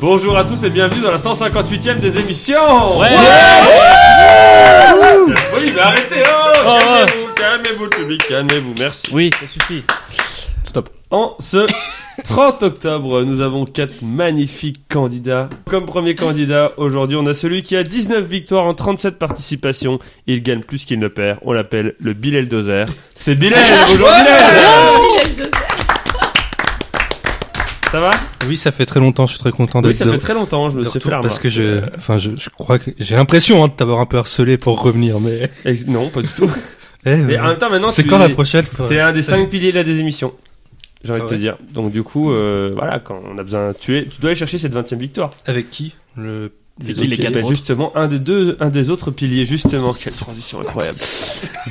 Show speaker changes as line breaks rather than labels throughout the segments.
Bonjour à tous et bienvenue dans la 158ème des émissions
Ouais.
C'est la folie, mais arrêtez oh,
Oh,
Calmez-vous, calmez-vous le public, calmez-vous, merci.
Oui, ça suffit.
En ce 30 octobre, nous avons quatre magnifiques candidats. Comme premier candidat, aujourd'hui, on a celui qui a 19 victoires en 37 participations. Il gagne plus qu'il ne perd. On l'appelle le Bilal Dozer. C'est Bilal Bonjour Bilal Ça va
Oui, ça fait très longtemps, Euh, je suis très content
Oui,
d'être
ça
de,
fait très longtemps, je me
de
suis fait
retour
la
parce
remarque.
que je, enfin, je, je crois que j'ai l'impression hein, de t'avoir un peu harcelé pour revenir, mais.
Et- Non, pas du tout.
Eh,
Mais
ouais.
en même temps, maintenant,
c'est
tu-
quand la prochaine fois
T'es un des cinq piliers de la désémission. J'ai envie
Ah
de te
ouais.
dire. Donc du coup, euh, voilà, quand on a besoin, tu, es, tu dois aller chercher cette 20 e victoire.
Avec qui Le.
C'est qui, les
autres-
quatre
Bah, justement, un des deux, un des autres piliers, justement. Quelle transition incroyable.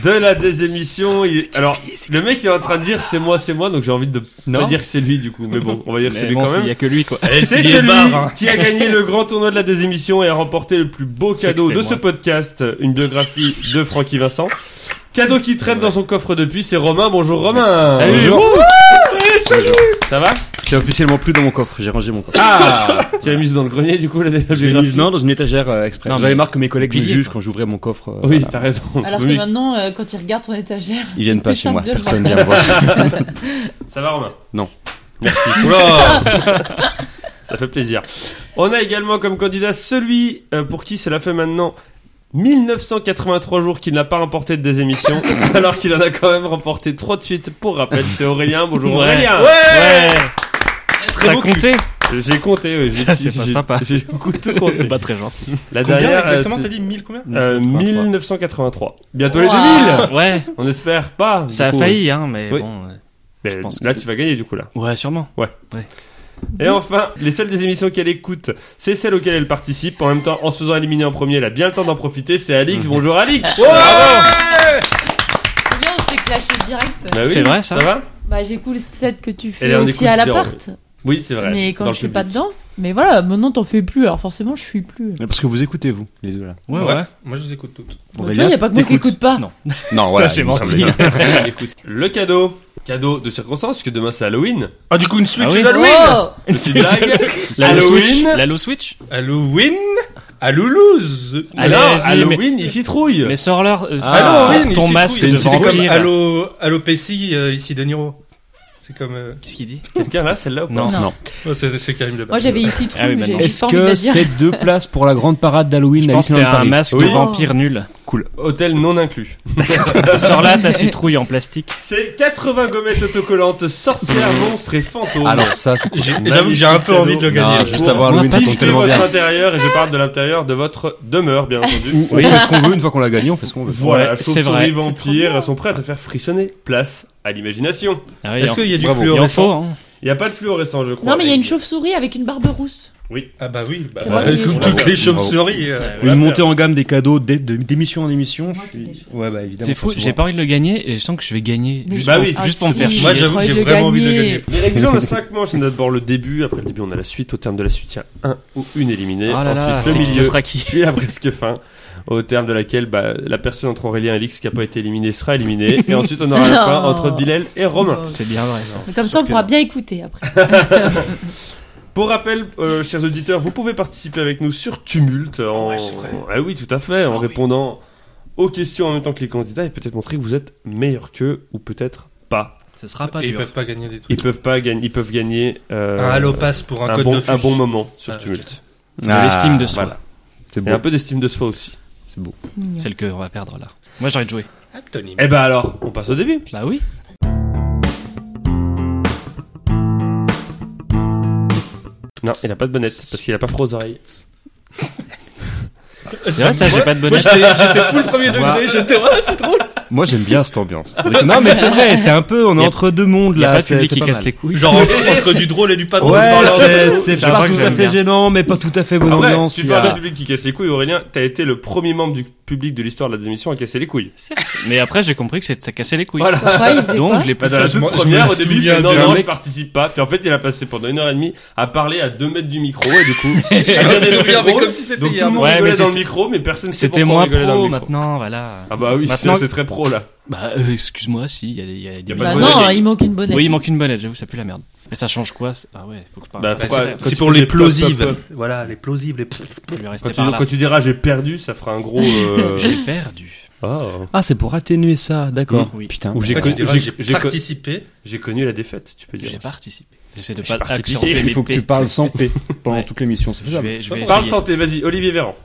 De la désémission. il- Alors, le mec il est en train de dire c'est moi, c'est moi, donc j'ai envie de
Non.
pas dire que c'est lui du coup. Mais bon, on va dire que c'est lui quand
Il y
même.
a que lui quoi.
Et c'est
il est
celui
barre, hein.
qui a gagné le grand tournoi de la désémission et a remporté le plus beau
sais que
cadeau de
c'était
ce
moi.
podcast, une biographie de Francky Vincent. Cadeau qui traîne dans son coffre depuis, c'est Romain. Bonjour Romain.
Bonjour.
Ça va
C'est officiellement plus dans mon coffre, j'ai rangé mon coffre.
Ah Tu l'as mise dans le grenier du coup la
je l'ai
biographie
mis non, dans une étagère euh, exprès.
Non,
J'avais
mais-
marre que mes collègues me
Pilier,
jugent
quoi.
quand j'ouvrais mon coffre. euh,
Oui,
voilà.
t'as raison.
Alors
Ah, Oui.
que maintenant, euh, quand ils regardent ton étagère,
Ils viennent pas
plus
chez moi,
simple de le
personne
voir.
vient voir.
Ça va Romain
Non.
Merci. Oula Ça fait plaisir. On a également comme candidat celui euh, pour qui cela fait maintenant 1983 jours qu'il n'a pas remporté de des émissions, alors qu'il en a quand même remporté 3 de suite. Pour rappel, c'est Aurélien. Bonjour
Ouais.
Aurélien
Ouais.
Très
T'as
beau
compté
cul. J'ai compté, oui. j'ai-
Ça, c'est pas
j'ai-
sympa.
J'ai tout compté.
Pas très gentil.
La
Combien
dernière, euh,
exactement
c'est-
T'as dit 1000 combien
euh,
1983.
1983. Bientôt les
Wow.
2000
Ouais,
On espère pas. du
ça a
coup.
failli hein, mais
Oui.
bon. euh,
Mais
je pense
là,
que-
tu vas gagner du coup là.
Ouais, sûrement.
Et enfin, les seules des émissions qu'elle écoute, c'est celles auxquelles elle participe. En même temps, en se faisant éliminer en premier, elle a bien le temps d'en profiter. C'est Alix. Bonjour Alix.
Ah,
Bravo.
c'est bien, on se fait clasher direct.
Bah oui,
C'est vrai, ça
va
Bah, j'écoute le set que tu
Elle
fais
est en
aussi
écoute
à
zéro.
l'appart,
Oui, c'est vrai.
mais quand
Dans
je suis
le
pas
public.
dedans. Mais voilà, maintenant t'en fais plus, alors forcément je suis plus.
Mais Parce que vous écoutez, vous, les deux là.
Ouais, ouais.
Ouais. Moi, je les écoute toutes.
Bon, Bah, tu vois, y a pas que moi qui
t'écoutes.
écoute pas.
Non.
Non, voilà.
Là, c'est
il me
menti.
semblait bien.
Le cadeau. Cadeau de circonstance, puisque demain c'est Halloween.
Ah, du coup, une Switch
Ah oui.
Bah,
et d'Halloween
Oh
Petite blague.
Lalo Switch.
Halloween.
Lalo Switch.
Halloween À Loulouse
Allez,
Alors,
vas-y,
Halloween, il citrouille.
Mais sors-leur euh,
Ah,
ton-
Halloween,
ton
ici,
masque
c'est
de
c'est comme
vampire.
Allo, Allo PC euh, ici de Niro. C'est comme. euh,
Qu'est-ce qu'il dit
Quelqu'un là, celle-là ou pas
Non.
Non.
oh, c'est c'est Karim Debbat.
Moi j'avais ici tout,
Ah oui,
mais
maintenant.
j'ai
Est-ce
juste pas envie de
que
la dire.
c'est deux places pour la grande parade d'Halloween
Je
à
pense que c'est
Disneyland
un
Paris
masque
Oui.
de vampire nul.
Hôtel non inclus.
Sors-là ta citrouille en plastique.
C'est 80 gommettes autocollantes, sorcières, monstres et fantômes.
Alors ça, c'est
J'ai- J'avoue, j'ai un peu
Magnifique
envie de le
cadeau.
gagner.
Non, juste avant
Vous
Halloween, ça tombe
piffez
tellement
votre
bien.
intérieur et je parle de l'intérieur de votre demeure, bien entendu.
Oui, on fait ce qu'on veut, une fois qu'on l'a gagné, on fait ce qu'on veut.
Voilà,
Ouais,
chauves-souris,
c'est vrai.
vampires, elles sont prêtes à faire frissonner. Place à l'imagination.
Ah oui,
Est-ce
en-
qu'il y a du
Bravo.
il en
fluorescent
faut. hein.
Il n'y a pas de fluorescent, je crois.
Non, mais il y a
Et-
une chauve-souris avec une barbe rousse.
Ah bah oui, bah,
C'est vrai
euh,
qu'il y a
comme
du
toutes les
fluorescent.
chauves-souris. euh.
Voilà,
Une montée en gamme des cadeaux dès- de- d'émission en émission. je suis- Ouais, bah évidemment.
C'est fou, j'ai pas envie de le gagner et je sens que je vais gagner.
Mais-
Juste
Bah
pour-
oui.
juste pour me faire
Ah, si.
chier.
Moi, j'avoue que
envie
j'ai
de le
vraiment envie de le
gagner.
gagner.
Les règles du jeu, on a 5 manches, on a d'abord le début, après le début on a la suite, au terme de la suite il y a un ou une éliminée,
Ah là là,
ensuite
c'est-
le
ça
milieu,
sera qui
puis la presque fin, au terme de laquelle bah, la personne entre Aurélien et Lix qui n'a pas été éliminée sera éliminée, et ensuite on aura la fin entre Bilal et Romain.
C'est bien vrai ça.
Mais comme ça on pourra bien écouter après.
Pour rappel, euh, chers auditeurs, vous pouvez participer avec nous sur Tumulte. En...
Ouais, c'est vrai.
Ah oui, tout à fait, en
Ah oui.
répondant aux questions en même temps que les candidats et peut-être montrer que vous êtes meilleur qu'eux ou peut-être pas.
Ce sera pas
Et ils
dur.
peuvent pas gagner des
Ils
trucs.
peuvent pas gagner, ils peuvent gagner euh,
Un halo pass pour Ah, un,
un
code
bon,
de
un bon moment sur
Ah, ok.
Tumulte.
De l'estime de soi.
voilà.
C'est
Et un
beau.
peu d'estime de soi aussi.
C'est beau.
Mignon.
Celle que on va perdre là. Moi j'ai envie de jouer.
Eh ben alors, on passe au début.
Bah oui.
Non, il a pas de bonnette parce qu'il a pas froid aux oreilles.
C'est vrai ça, j'ai pas de
Moi
bonheur.
j'étais j'étais full premier
Voilà.
degré, j'étais ouais, c'est drôle.
Moi j'aime bien cette ambiance. non mais c'est vrai, c'est un peu, on est
Y a-
entre deux mondes
Il y a
là.
pas de
c'est-
public
c'est
qui
pas
casse
mal.
les couilles.
Genre entre, entre du drôle et du pas drôle. dans leur-
Ouais, c'est-
C'est
c'est
un
pas
vrai que
tout à
j'aime
fait
bien.
gênant, mais pas tout à fait bonne
Après,
ambiance.
tu
il y
parles
a-
de public qui casse les couilles, Aurélien. T'as été le premier membre du public de l'histoire de la démission à casser les couilles.
Mais après j'ai compris que c'est- ça cassait les couilles.
Voilà.
Après, il faisait
Donc
quoi
je l'ai
Bah,
pas
dans la toute
me- je me
première, au début, il
souviens
fait, non,
d'un
non, je
mec-
participe pas. Puis en fait, il a passé pendant une heure et demie à parler à deux mètres du micro. Et du coup,
Je
chacun des
me
deux
souviens, mais
micros.
comme si c'était
Donc tout
hier.
le monde
Ouais,
rigolait
mais
dans le
c'était-
micro, mais personne ne sait
C'était
pourquoi on
moins
rigolait dans le
pro
micro.
maintenant, voilà.
Ah bah oui, c'est
Maintenant-
c'est très pro pro là.
Bah, euh, excuse-moi, si, il y a des. il Y a des-
Y a pas
Bah
de
non,
bonnets.
il manque une bonnette.
Oui, il manque une bonnette, j'avoue, ça pue la merde. Mais ça change quoi c'est- Ah ouais, faut que je parle.
Bah,
Faut
pourquoi-
faire-
quand tu
c'est pour
fais
les
des pop,
plosives.
pop, pop.
Voilà, les plosives, les pf-
Je vais
Quand
rester
tu,
par là.
quand tu diras j'ai perdu, ça fera un gros. euh,
J'ai perdu.
oh.
Ah, c'est pour atténuer ça, d'accord.
Oui.
Putain.
Ou j'ai
Après,
connu-
tu diras,
j'ai-
j'ai
j'ai con-
participé.
j'ai connu la défaite, tu peux dire.
J'ai participé. J'essaie de
J'ai
pas
participé.
absorber
Il
mes
Il faut que tu
P.
parles sans P pendant
Ouais.
toute l'émission, c'est
Je
faisable.
vais, je vais
Parle
essayer.
santé, vas-y, Olivier Véran.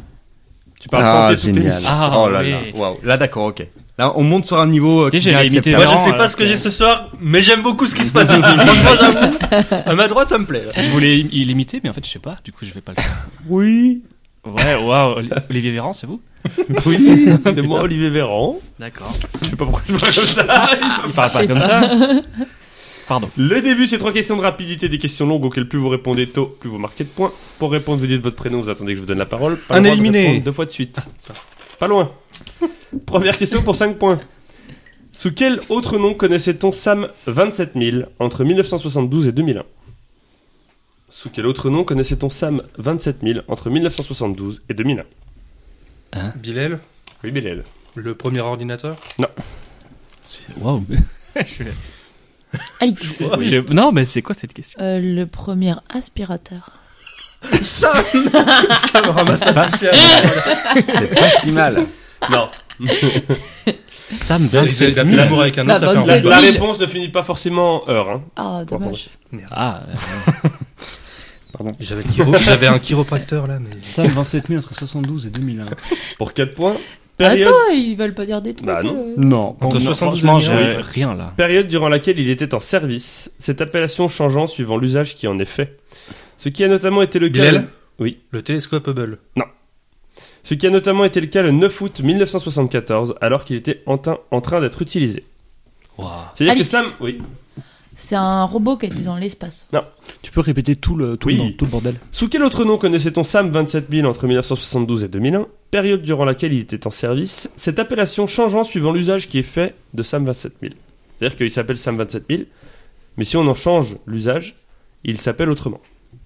Tu parles
Ah,
santé toute
génial.
l'émission.
Ah,
oh là
oui.
là. Waouh. Là, d'accord, ok. Là, on monte sur un niveau. euh,
Tu sais,
qui est
j'avais imité
acceptable.
Moi,
Véran,
je sais
alors
pas ce que j'ai
que-
ce soir, mais j'aime beaucoup ce qui se passe ici. Franchement, j'avoue. À ma droite, ça me plaît. là.
Je voulais im- l'imiter, mais en fait, je sais pas. Du coup, je vais pas le faire. Oui. Ouais, waouh. Oli- Olivier Véran, c'est vous
Oui, c'est moi, Olivier Véran.
D'accord.
Je sais pas pourquoi je vois comme ça.
Il parle pas comme ça. Pardon.
Le début, c'est trois questions de rapidité, des questions longues auxquelles plus vous répondez tôt, plus vous marquez de points. Pour répondre, vous dites votre prénom, vous attendez que je vous donne la parole. Pas
Un
le droit de
éliminé.
répondre Deux fois de suite. Pas loin. Première question pour 5 points. Sous quel autre nom connaissait-on Sam 27000 entre 1972 et 2001 Sous quel autre nom connaissait-on Sam 27000 entre 1972 et 2001
Bilal,
Oui, Bilal.
le premier ordinateur.
Waouh.
Alex,
Je- Non, mais c'est quoi cette question
euh, le premier aspirateur.
Ça, ça me ramasse la poussière.
C'est pas si mal.
Non.
Sam
C'est
27 000.
L'amour avec un
Bah,
autre, ça fait
La,
un
Bob
la
Bilal.
réponse ne finit pas forcément en heure. hein.
Ah, dommage.
Ah, euh,
J'avais le chiro- J'avais un chiropracteur là, mais.
Sam 27000 entre 72 et 2001.
Pour 4 points. Période,
Attends, Ah, ils veulent pas dire des trucs.
Bah, non.
euh.
Non.
Entre
non,
72 et
franchement,
2001.
j'ai rien là.
période durant laquelle il était en service, cette appellation changeant suivant l'usage qui en est fait. Ce qui a notamment été le cas.
Bilal
Oui.
Le télescope Hubble.
Ce qui a notamment été le cas le 9 août 1974, alors qu'il était en, tein- en train d'être utilisé.
Waouh.
C'est-à-dire que
Alice.
Sam. Oui.
C'est un robot qui était dans l'espace.
Tu peux répéter tout le, tout,
Oui.
le, tout le bordel
Sous quel autre nom connaissait-on Sam 27000 entre 1972 et 2001 Période durant laquelle il était en service, cette appellation changeant suivant l'usage qui est fait de Sam 27000. C'est-à-dire qu'il s'appelle Sam 27000, mais si on en change l'usage, il s'appelle autrement.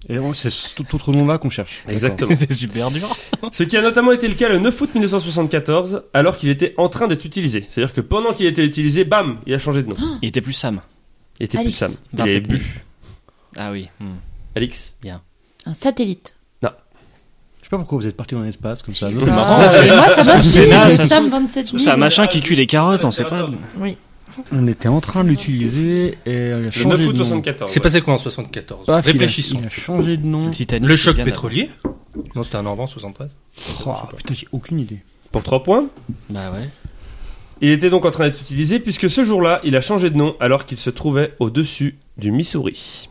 Et on- c'est ce- tout autre nom là qu'on cherche.
Exactement.
C'est super dur.
Ce qui a notamment été le cas le 9 août 1974, alors qu'il était en train d'être utilisé. C'est-à-dire que pendant qu'il était utilisé, bam, il a changé de nom.
Il était plus Sam.
Il était plus
Alix.
Sam. Il avait
27 000.
bu.
Ah oui. hmm.
Alix
Un satellite.
Je sais pas pourquoi vous êtes parti dans l'espace comme ça.
Ah,
marrant,
c'est- moi, ça m'a
trouve c'est
plu,
là,
le
ça Ah, se
Sam 27 000.
C'est un machin qui cuit des carottes, on sait pas.
Oui.
On était en train de l'utiliser et il a
Le
changé
9
de
août
nom.
74.
C'est
ouais.
passé quoi en 74
Pas
Réfléchissons.
Il a changé de nom.
Mmh. Le Titanic,
Le
c'est
choc
bien
pétrolier Non, c'était un an avant 73.
Oh, putain, j'ai aucune idée.
Pour 3 points.
avant. Bah ouais.
Il était donc en train d'être utilisé puisque ce jour-là, il a changé de nom alors qu'il se trouvait au-dessus du Missouri.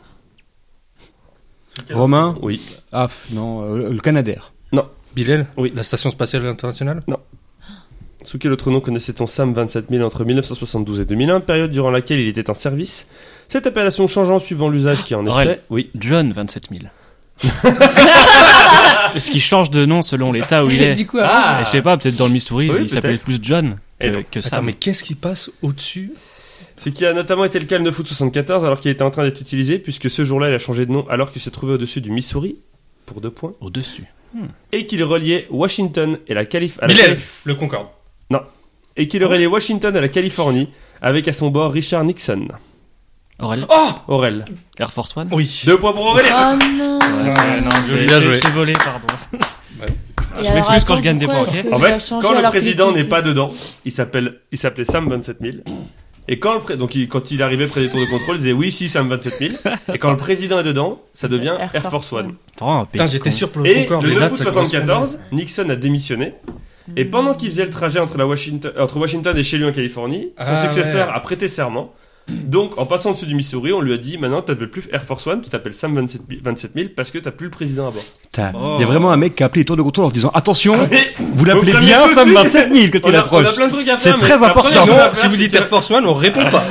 Romain
Oui.
Ah, f- non, euh, le Canadair.
Bilal
Oui.
La station spatiale internationale
Sous quel autre nom connaissait-on Sam 27000 entre 1972 et 2001, période durant laquelle il était en service Cette appellation changeant suivant l'usage qui en est
Aurel.
fait. Oui.
John 27 000. Parce qu'il change de nom selon l'état où il est. Ah.
Du coup,
Et je sais pas, peut-être dans le Missouri,
Oui,
il s'appelait
peut-être.
plus John
Et
que,
donc,
que
Attends,
Sam.
mais qu'est-ce qui passe au-dessus
Ce qui a notamment été le cas le 9 août 74 alors qu'il était en train d'être utilisé puisque ce jour-là il a changé de nom alors qu'il se trouvait au-dessus du Missouri pour deux points
Au-dessus.
et qu'il reliait Washington et la Calif à la
Bilal
Calif-
Le Concorde.
et qu'il reliait Washington à la Californie avec à son bord Richard Nixon.
Aurel.
Aurel.
Oh. Air Force One.
Oui.
Deux points pour Aurel.
Oh non
Ouais, non, c'est-
Joli, bien
c'est
joué.
c'est volé, pardon.
Et
je
alors,
m'excuse quand
attends,
je gagne des
pourquoi
points,
est-ce
ok
que
En
il a
fait,
changé
quand le
alors qu'il
président
était-
n'est pas dedans, il s'appelle, il s'appelait Sam 27000. Et quand le pré- donc il, quand il arrivait près des tours de contrôle, il disait oui si Sam 27000. Et quand le président est dedans, ça devient Air, Force One.
Attends, un
Putain,
petit
j'étais
con.
sûr pour le
Et
Concorde.
le
mais
9
là,
août
ça correspond.
74, Nixon a démissionné. Et pendant qu'il faisait le trajet entre, la Washington, euh, entre Washington et chez lui en Californie, son
Ah,
successeur
ouais.
a prêté serment. Donc, en passant au-dessus du Missouri, on lui a dit maintenant, tu t'appelles plus Air Force One, tu t'appelles Sam 27000 27000 parce que t'as plus le président à bord.
Putain. Il
Oh.
y a vraiment un mec qui a appelé les tours de contrôle en disant Attention,
Ah, Mais
vous l'appelez
Vous
bien
prenez tout de
Sam
suite.
27000 quand
on,
il
a, on
approche.
a plein de trucs à faire.
C'est
mais
très
la
important.
première chose à
Sinon,
faire,
si vous
c'est
dites
que
Air Force One, on répond pas.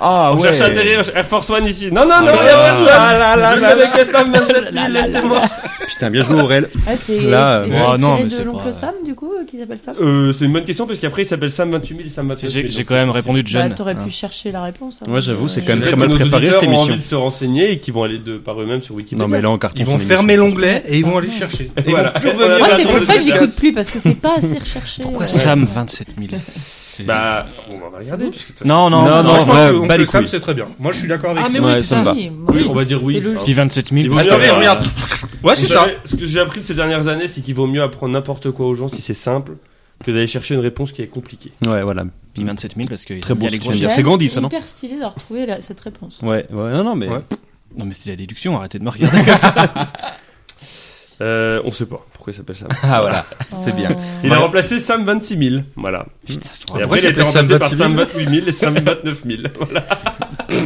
Ah
On
ouais.
cherche à atterrir Air Force One ici. Non, non, non,
Ah.
Air Force One Je ne connais que Sam 27000, laissez-moi
Putain, bien joué Aurel.
Ah, c'est
Là,
et
euh,
c'est
moi, non,
tiré
mais
de
c'est
l'oncle
pas-
Sam, du coup, euh, qui s'appelle Sam
Euh, C'est une bonne question parce qu'après, il s'appelle Sam 28000 Sam
Si,
27000.
J'ai j'ai
donc c'est
quand même
possible.
répondu John.
Bah, T'aurais
Hein.
pu chercher la réponse. hein.
Ouais, j'avoue, c'est quand même
Peut-être
très mal
que nos
préparé,
auditeurs
cette
ont
émission.
envie de se renseigner et qui vont aller de par eux-mêmes sur Wikipédia.
Non mais là en carton.
Ils vont
son
fermer
émission.
l'onglet et ils vont aller chercher. Et
Voilà.
ils vont plus
Voilà.
revenir
Moi,
là
c'est
sur
pour
le
ça que
podcast.
euh. j'écoute plus parce que c'est pas assez recherché.
Pourquoi
euh,
Sam 27 000 c'est.
Bah, on va regarder. puisque de toute
non, non,
euh,
non,
Non, non,
je
ouais,
pense qu'on
bah,
peut
les
le savoir,
couilles.
c'est très bien. Moi, je suis d'accord avec
Ah,
ça.
mais
Ouais,
oui, c'est
ça me
ça.
va.
oui,
Oui, on va dire oui.
C'est logique.
Puis 27 000.
Ils vont
parce
se
que,
lever,
euh,
regarde.
Ouais,
Vous
c'est ça.
savez, Ce que j'ai appris de ces dernières années, c'est qu'il vaut mieux apprendre n'importe quoi aux gens si c'est simple que d'aller chercher une réponse qui est compliquée.
Ouais, voilà.
Puis 27 000 parce que
Très
il y
bon
a
ce
les
que tu
grosses-
viens de dire. C'est Gandhi, ça, non
C'est hyper stylé de retrouver la- cette réponse.
Ouais, ouais, non, non, mais.
Ouais.
Non, mais c'est la déduction, arrêtez de me regarder.
Euh, on sait pas pourquoi il s'appelle Sam.
Ah, voilà. C'est
Oh.
bien.
Il
Ouais.
a remplacé Sam 26 000. Voilà. Et
pourquoi
après, il a été
il s'appelle
remplacé
Sam
par
26 000?
Sam 28 000 et Sam 29 000. Voilà.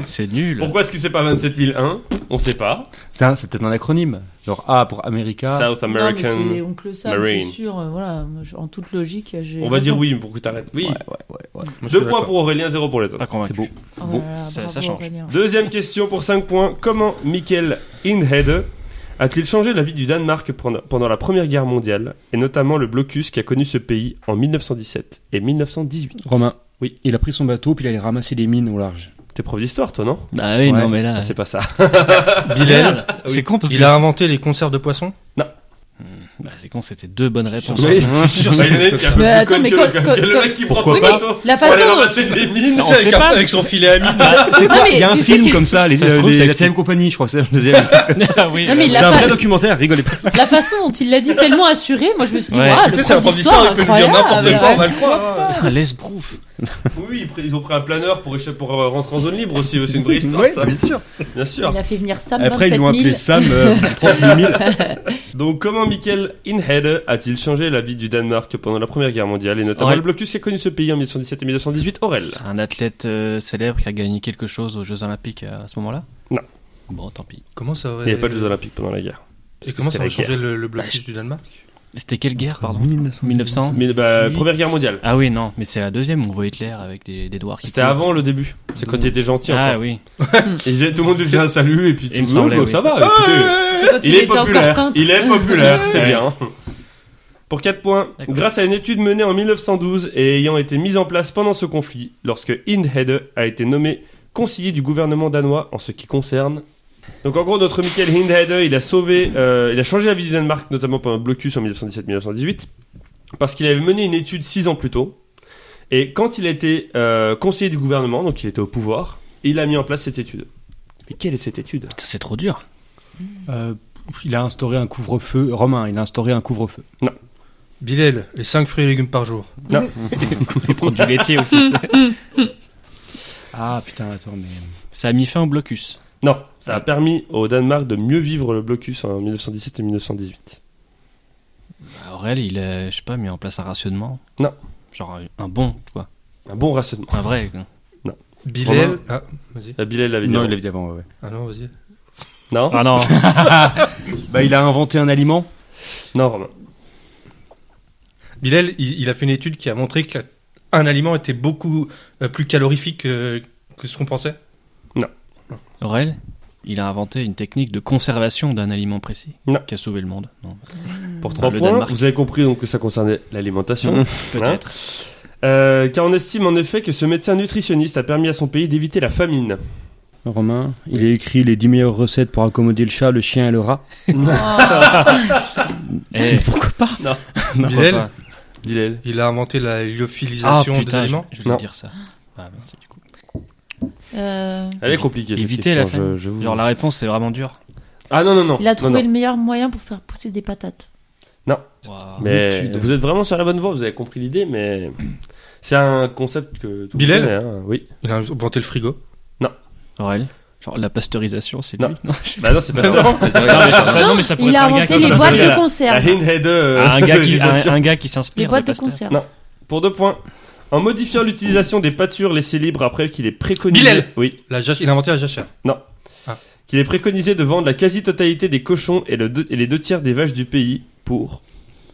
c'est nul.
Pourquoi est-ce que c'est pas 27 001 On sait pas.
Ça, c'est peut-être un acronyme. Genre A pour America.
South American.
Non, mais c'est oncle Sam,
Marine.
c'est sûr. euh, voilà, moi, je- en toute logique, j'ai.
on va
raison.
dire oui, mais pour que t'arrêtes. Oui.
Moi, je suis
Deux points
d'accord.
pour Aurélien, zéro pour les autres.
Pas convaincu.
beau.
Oh là
Bon,
là,
ça-
bravo,
ça change.
Aurélien.
Deuxième question pour 5 points. Comment Michael Inhead a-t-il changé la vie du Danemark pendant pendant la Première Guerre mondiale, et notamment le blocus qui a connu ce pays en 1917 et 1918
Romain.
Oui.
Il a pris son bateau, puis il allait ramasser des mines au large.
T'es prof d'histoire, toi, non
Bah oui,
Ouais.
non, mais là.
C'est pas ça.
Bilal. C'est con parce que.
Il a inventé les conserves de poissons
Bah, c'est con, c'était deux bonnes réponses.
Oui, je suis sûr que c'est une qui a
Mais
un peu
attends,
plus
mais
conne que
quand-
l'autre, parce que le
quand-
mec qui prend son
Pourquoi pas
bateau
La
pour aller
façon dont-
ramasser des mines.
Non, on sait
avec, un-
pas.
avec son filet à mine.
quoi
C'est quoi
Ah, mais
Il y a un
tu sais
film
que-
comme ça, les,
Ça se
euh,
trouve,
les-
c'est
la
extrait.
septième compagnie, je crois. C'est le deuxième.
Ah oui.
Non, mais il
C'est
a
un
pas-
vrai documentaire, rigolez pas.
La façon dont il l'a dit tellement assuré, moi je me suis dit,
Ouais.
waouh,
Tu
le
sais, c'est un
prof
prof
d'histoire,
d'histoire, il peut nous dire n'importe Ah, quoi, on va le croire.
Putain, laisse brouf.
Oui, ils ont pris un planeur pour, échapper- pour euh, rentrer en zone libre aussi. euh, C'est une vraie histoire, ça. Bien sûr. Bien sûr.
Il a fait venir Sam
Après,
27
ils l'ont
000.
appelé Sam euh, 38 000.
Donc, comment Michael Inhead a-t-il changé la vie du Danemark pendant la Première Guerre mondiale et notamment
Aurel.
le blocus qui a connu ce pays en 1917 et 1918 Aurel.
Un athlète euh, célèbre qui a gagné quelque chose aux Jeux Olympiques à, à ce moment-là
Non.
Bon, tant pis.
Comment ça aurait...
Il n'y avait pas de Jeux Olympiques pendant la guerre.
Et
Parce que
comment
c'était
ça aurait
la guerre.
changé le, le blocus du Danemark
C'était quelle guerre, pardon 1900
Mais, bah,
Oui.
Première Guerre mondiale.
Ah oui, non, mais c'est la deuxième, on voit Hitler avec des, des doigts qui
C'était avant le début. C'est quand il était gentil.
Ah
encore.
oui.
Ils disaient- tout le monde lui faisait un salut et puis
Il me
tout
semblait,
bon,
oui. Ah,
ça va. écoutez.
C'est quand
Il
il
est
était encore
populaire.
peintre.
Il est populaire, c'est
Ouais.
bien. Pour 4 points,
D'accord.
grâce à une étude menée en 1912 et ayant été mise en place pendant ce conflit, lorsque Hindhede a été nommé conseiller du gouvernement danois en ce qui concerne. Donc en gros, notre Michael Hindhede, il a sauvé, euh, il a changé la vie du Danemark, notamment pendant le blocus en 1917-1918, parce qu'il avait mené une étude 6 ans plus tôt. Et quand il a été euh, conseiller du gouvernement, donc il était au pouvoir, il a mis en place cette étude. Mais quelle est cette étude
Putain, c'est trop dur.
Euh, il a instauré un couvre-feu. Romain, il a instauré un couvre-feu.
Bilal, les 5 fruits et légumes par jour.
Il prend du laitier aussi.
Ah putain, attends, mais.
Ça a mis fin au blocus.
Non, ça a permis au Danemark de mieux vivre le blocus en 1917 et 1918.
Bah, Aurel, il a, je sais pas, mis en place un rationnement.
Non.
Genre un- un bon, quoi.
Un bon rationnement.
Un vrai. quoi.
Bilal... Ah, vas-y.
La Bilal l'avait dit.
Non,
avant.
il l'a dit avant, ouais. ouais.
Ah non, vas-y.
Non,
Ah non.
Bah, il a inventé un aliment.
non, Romain.
Bilal, il, il a fait une étude qui a montré qu'un aliment était beaucoup euh, plus calorifique que, que ce qu'on pensait.
Aurel, il a inventé une technique de conservation d'un aliment précis.
Non.
Qui a sauvé le monde. Non.
Pour 3
le
points,
Danemark.
vous avez compris donc que ça concernait l'alimentation. hein.
Peut-être.
Euh, car on estime en effet que ce médecin nutritionniste a permis à son pays d'éviter la famine.
Romain, il a écrit les 10 meilleures recettes pour accommoder le chat, le chien et le rat.
Ah.
Eh,
Pourquoi pas
pourquoi
Bilal,
pas
Bilal.
il a inventé la
Ah
lyophilisation des
putain, je,
aliments.
je voulais
Non.
dire ça. Ah, merci, du coup.
Euh,
Elle est compliquée. cette
Éviter la
question,
famine.
je- je vous-
Genre la réponse c'est vraiment dur.
Ah non, non, non.
Il a
non,
trouvé
non.
le meilleur moyen pour faire pousser des patates.
Mais
L'étude.
vous êtes vraiment sur la bonne voie, vous avez compris l'idée, mais c'est un concept que tout le monde
Bilal
connaît, hein, Oui.
Il a inventé le frigo.
Aurel, genre la pasteurisation c'est
Non.
lui. Non, je sais
Bah non, c'est pas ça.
pas, mais genre ça, Ah bah non, mais ça pourrait
Il
être
a
un gars
inventé
qui
les
s'en
boîtes
souvient,
de
là. La
conserve.
Hindhead, euh,
un gars qui
organisation.
un, un gars qui
Les
s'inspire de
boîtes de
Pasteur.
conserve.
Non. Pour deux points. En modifiant l'utilisation des pâtures laissées libres après qu'il ait préconisé.
Bilal
Oui.
La jach- Il a inventé la jachère.
Qu'il ait préconisé de vendre la quasi-totalité des cochons et, le deux- et les deux tiers des vaches du pays pour.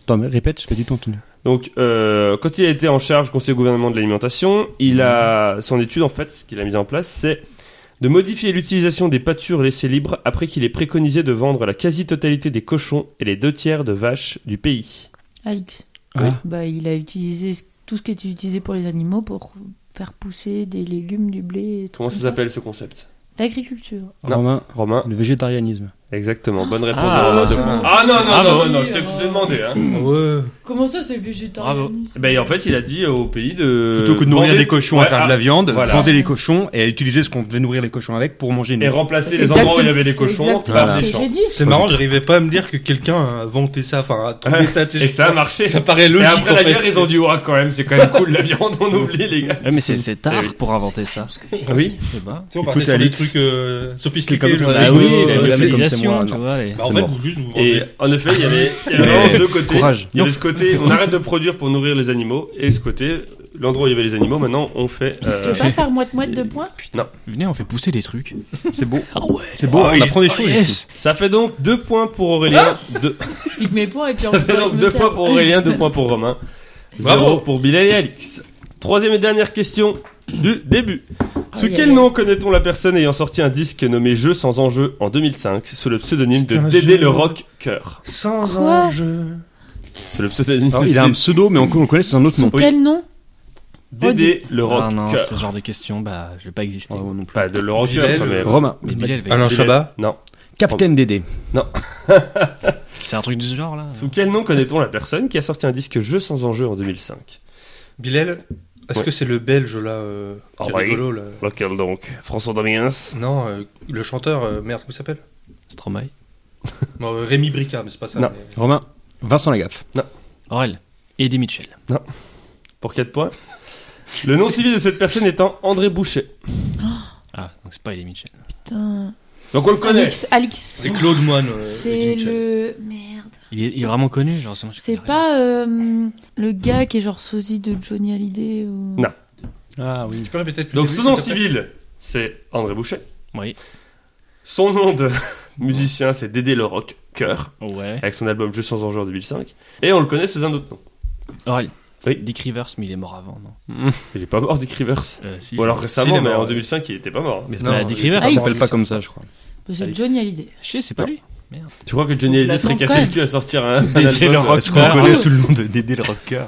Attends, mais répète, je l'ai du tout entendu.
Donc, euh, quand il a été en charge conseiller au gouvernement de l'alimentation, il a son étude en fait, ce qu'il a mis en place, c'est de modifier l'utilisation des pâtures laissées libres après qu'il ait préconisé de vendre la quasi-totalité des cochons et les deux tiers de vaches du pays.
Alex,
Oui.
bah, il a utilisé ce- tout ce qui était utilisé pour les animaux pour faire pousser des légumes, du blé. et tout
Comment ça
comme ça.
s'appelle ce concept
L'agriculture.
Non.
Romain,
Romain
le végétarianisme.
Exactement, bonne réponse.
Ah,
Romain
c'est
deux points.
bon.
ah non, non,
Bravo.
non, non, non, je t'ai demandé. Hein.
Ouais.
Comment ça, c'est végétarien
Ben, en fait, il a dit euh, au pays de.
Plutôt que de nourrir
Vendez-
des cochons
Ouais,
à faire de
ah,
la viande,
voilà.
vendez les cochons et utiliser ce qu'on devait nourrir les cochons avec pour manger
Et
nous.
remplacer
C'est
les endroits où il y
exactement-
avait des
c'est
cochons
exactement
par
ce
des
que
champs.
j'ai dit.
C'est marrant, j'arrivais pas à me dire que quelqu'un a inventé ça, enfin a trouvé
Ouais.
ça. tu sais,
Et
je-
ça a marché.
Ça paraît
Et
logique.
après
en
la
fait.
guerre, ils ont dit, ouais, quand même, c'est quand même cool la viande, on oublie, les gars.
Ouais, mais c'est- c'est
Eh
tard pour inventer ça.
Oui.
Eh ben.
Tu vois, on partait
Écoute,
sur des
Alex.
trucs euh, sophistiqués.
Quelqu'un
genre
d'autre
Bah
des
Ah
gros,
oui,
oui,
euh,
c'est
la
comme c'est
civilisation, hein.
moi,
tu
non.
vois. les-
bah, en
C'est
fait,
mort.
vous juste vous
Et
vendez.
en effet, il y avait, il y avait
Mais-
vraiment deux côtés.
Courage.
Il y avait ce côté, on arrête de produire pour nourrir les animaux, et ce côté, l'endroit où il y avait les animaux, maintenant, on fait.
Tu
euh,
veux pas faire moite-moite de points
Venez, on fait pousser des trucs.
C'est beau.
Ah ouais.
C'est beau, on apprend des choses. ici.
Ça fait donc deux points pour Aurélien,
Ah
deux,
Il te met points et puis en
ça fait donc deux points pour Aurélien, deux points pour Romain, zéro
Bravo.
pour Bilal et Alix. Troisième et dernière question du début. Sous
Aïe,
quel
aïe,
nom connaît-on la personne ayant sorti un disque nommé Jeux sans enjeu en 2005 sous le pseudonyme de
Putain,
Dédé
jeu.
le Rock Cœur
Sans
Quoi
enjeu.
C'est le pseudonyme
Oh,
Alors,
de
il a un pseudo, mais on, on le connaît sous un autre nom.
Oui.
Quel nom
Dédé le Rock
Ah non,
Cœur.
ce genre de questions, bah, je vais pas exister.
Oh, non plus.
Pas de le Rock Cœur,
Bilal,
quand même.
Romain.
Mais Bilal va
Alain
Bilal.
Chabat.
Non.
Captain Dédé.
C'est un truc du genre là.
Sous quel nom connaît-on la personne qui a sorti un disque Jeux sans enjeu en 2005
Bilal. Est-ce
Ouais.
que c'est le belge là euh,
Ah
qui est
oui.
rigolo là
Lequel donc François Damiens
Non, euh, le chanteur, euh, merde, comment il s'appelle
Stromae.
Non, euh, Rémi Bricard, mais c'est pas ça.
Non.
mais-
Romain. Vincent Lagaffe.
Aurel. Eddie Mitchell.
Pour 4 points. Le nom civil de cette personne étant André Boucher.
Ah, donc c'est pas Eddie Mitchell.
Putain.
Donc on le connaît.
Alex, Alex.
C'est Claude Moine. euh,
C'est
Eddie Mitchell.
le. Merde.
Il est, il est vraiment connu, genre. moi, je
C'est
connais rien.
pas euh, le gars qui est genre sosie de Johnny Hallyday ou.
Non.
Ah oui.
Tu peux répéter depuis le
Donc
début,
son nom
s'il te plaît
civil, c'est André Boucher.
Oui.
Son nom de musicien, c'est Dédé le Rock Cœur,
Ouais.
avec son album Jeux sans enjeu en 2005. Et on le connaît sous un autre nom.
Aurel.
Oui.
Dick Rivers, mais il est mort avant, non
Il est pas mort, Dick Rivers.
euh, si.
Ou alors récemment,
il est
mais
mort,
en
ouais.
2005, il était pas mort. hein.
Mais
Bah, Dick Rivers.
on
Ah, il
s'appelle
dit
pas
ça.
comme ça, je crois.
Bah, C'est
Alex.
Johnny Hallyday.
Je sais, c'est pas
Non.
lui.
Tu crois que Johnny
Donc,
Hallyday serait
l'attends
cassé
quand
le cul à sortir un, un
Dédé
album
le
de-
Rock
Est-ce qu'on
Cœur.
connaît sous le nom de Dédé le rocker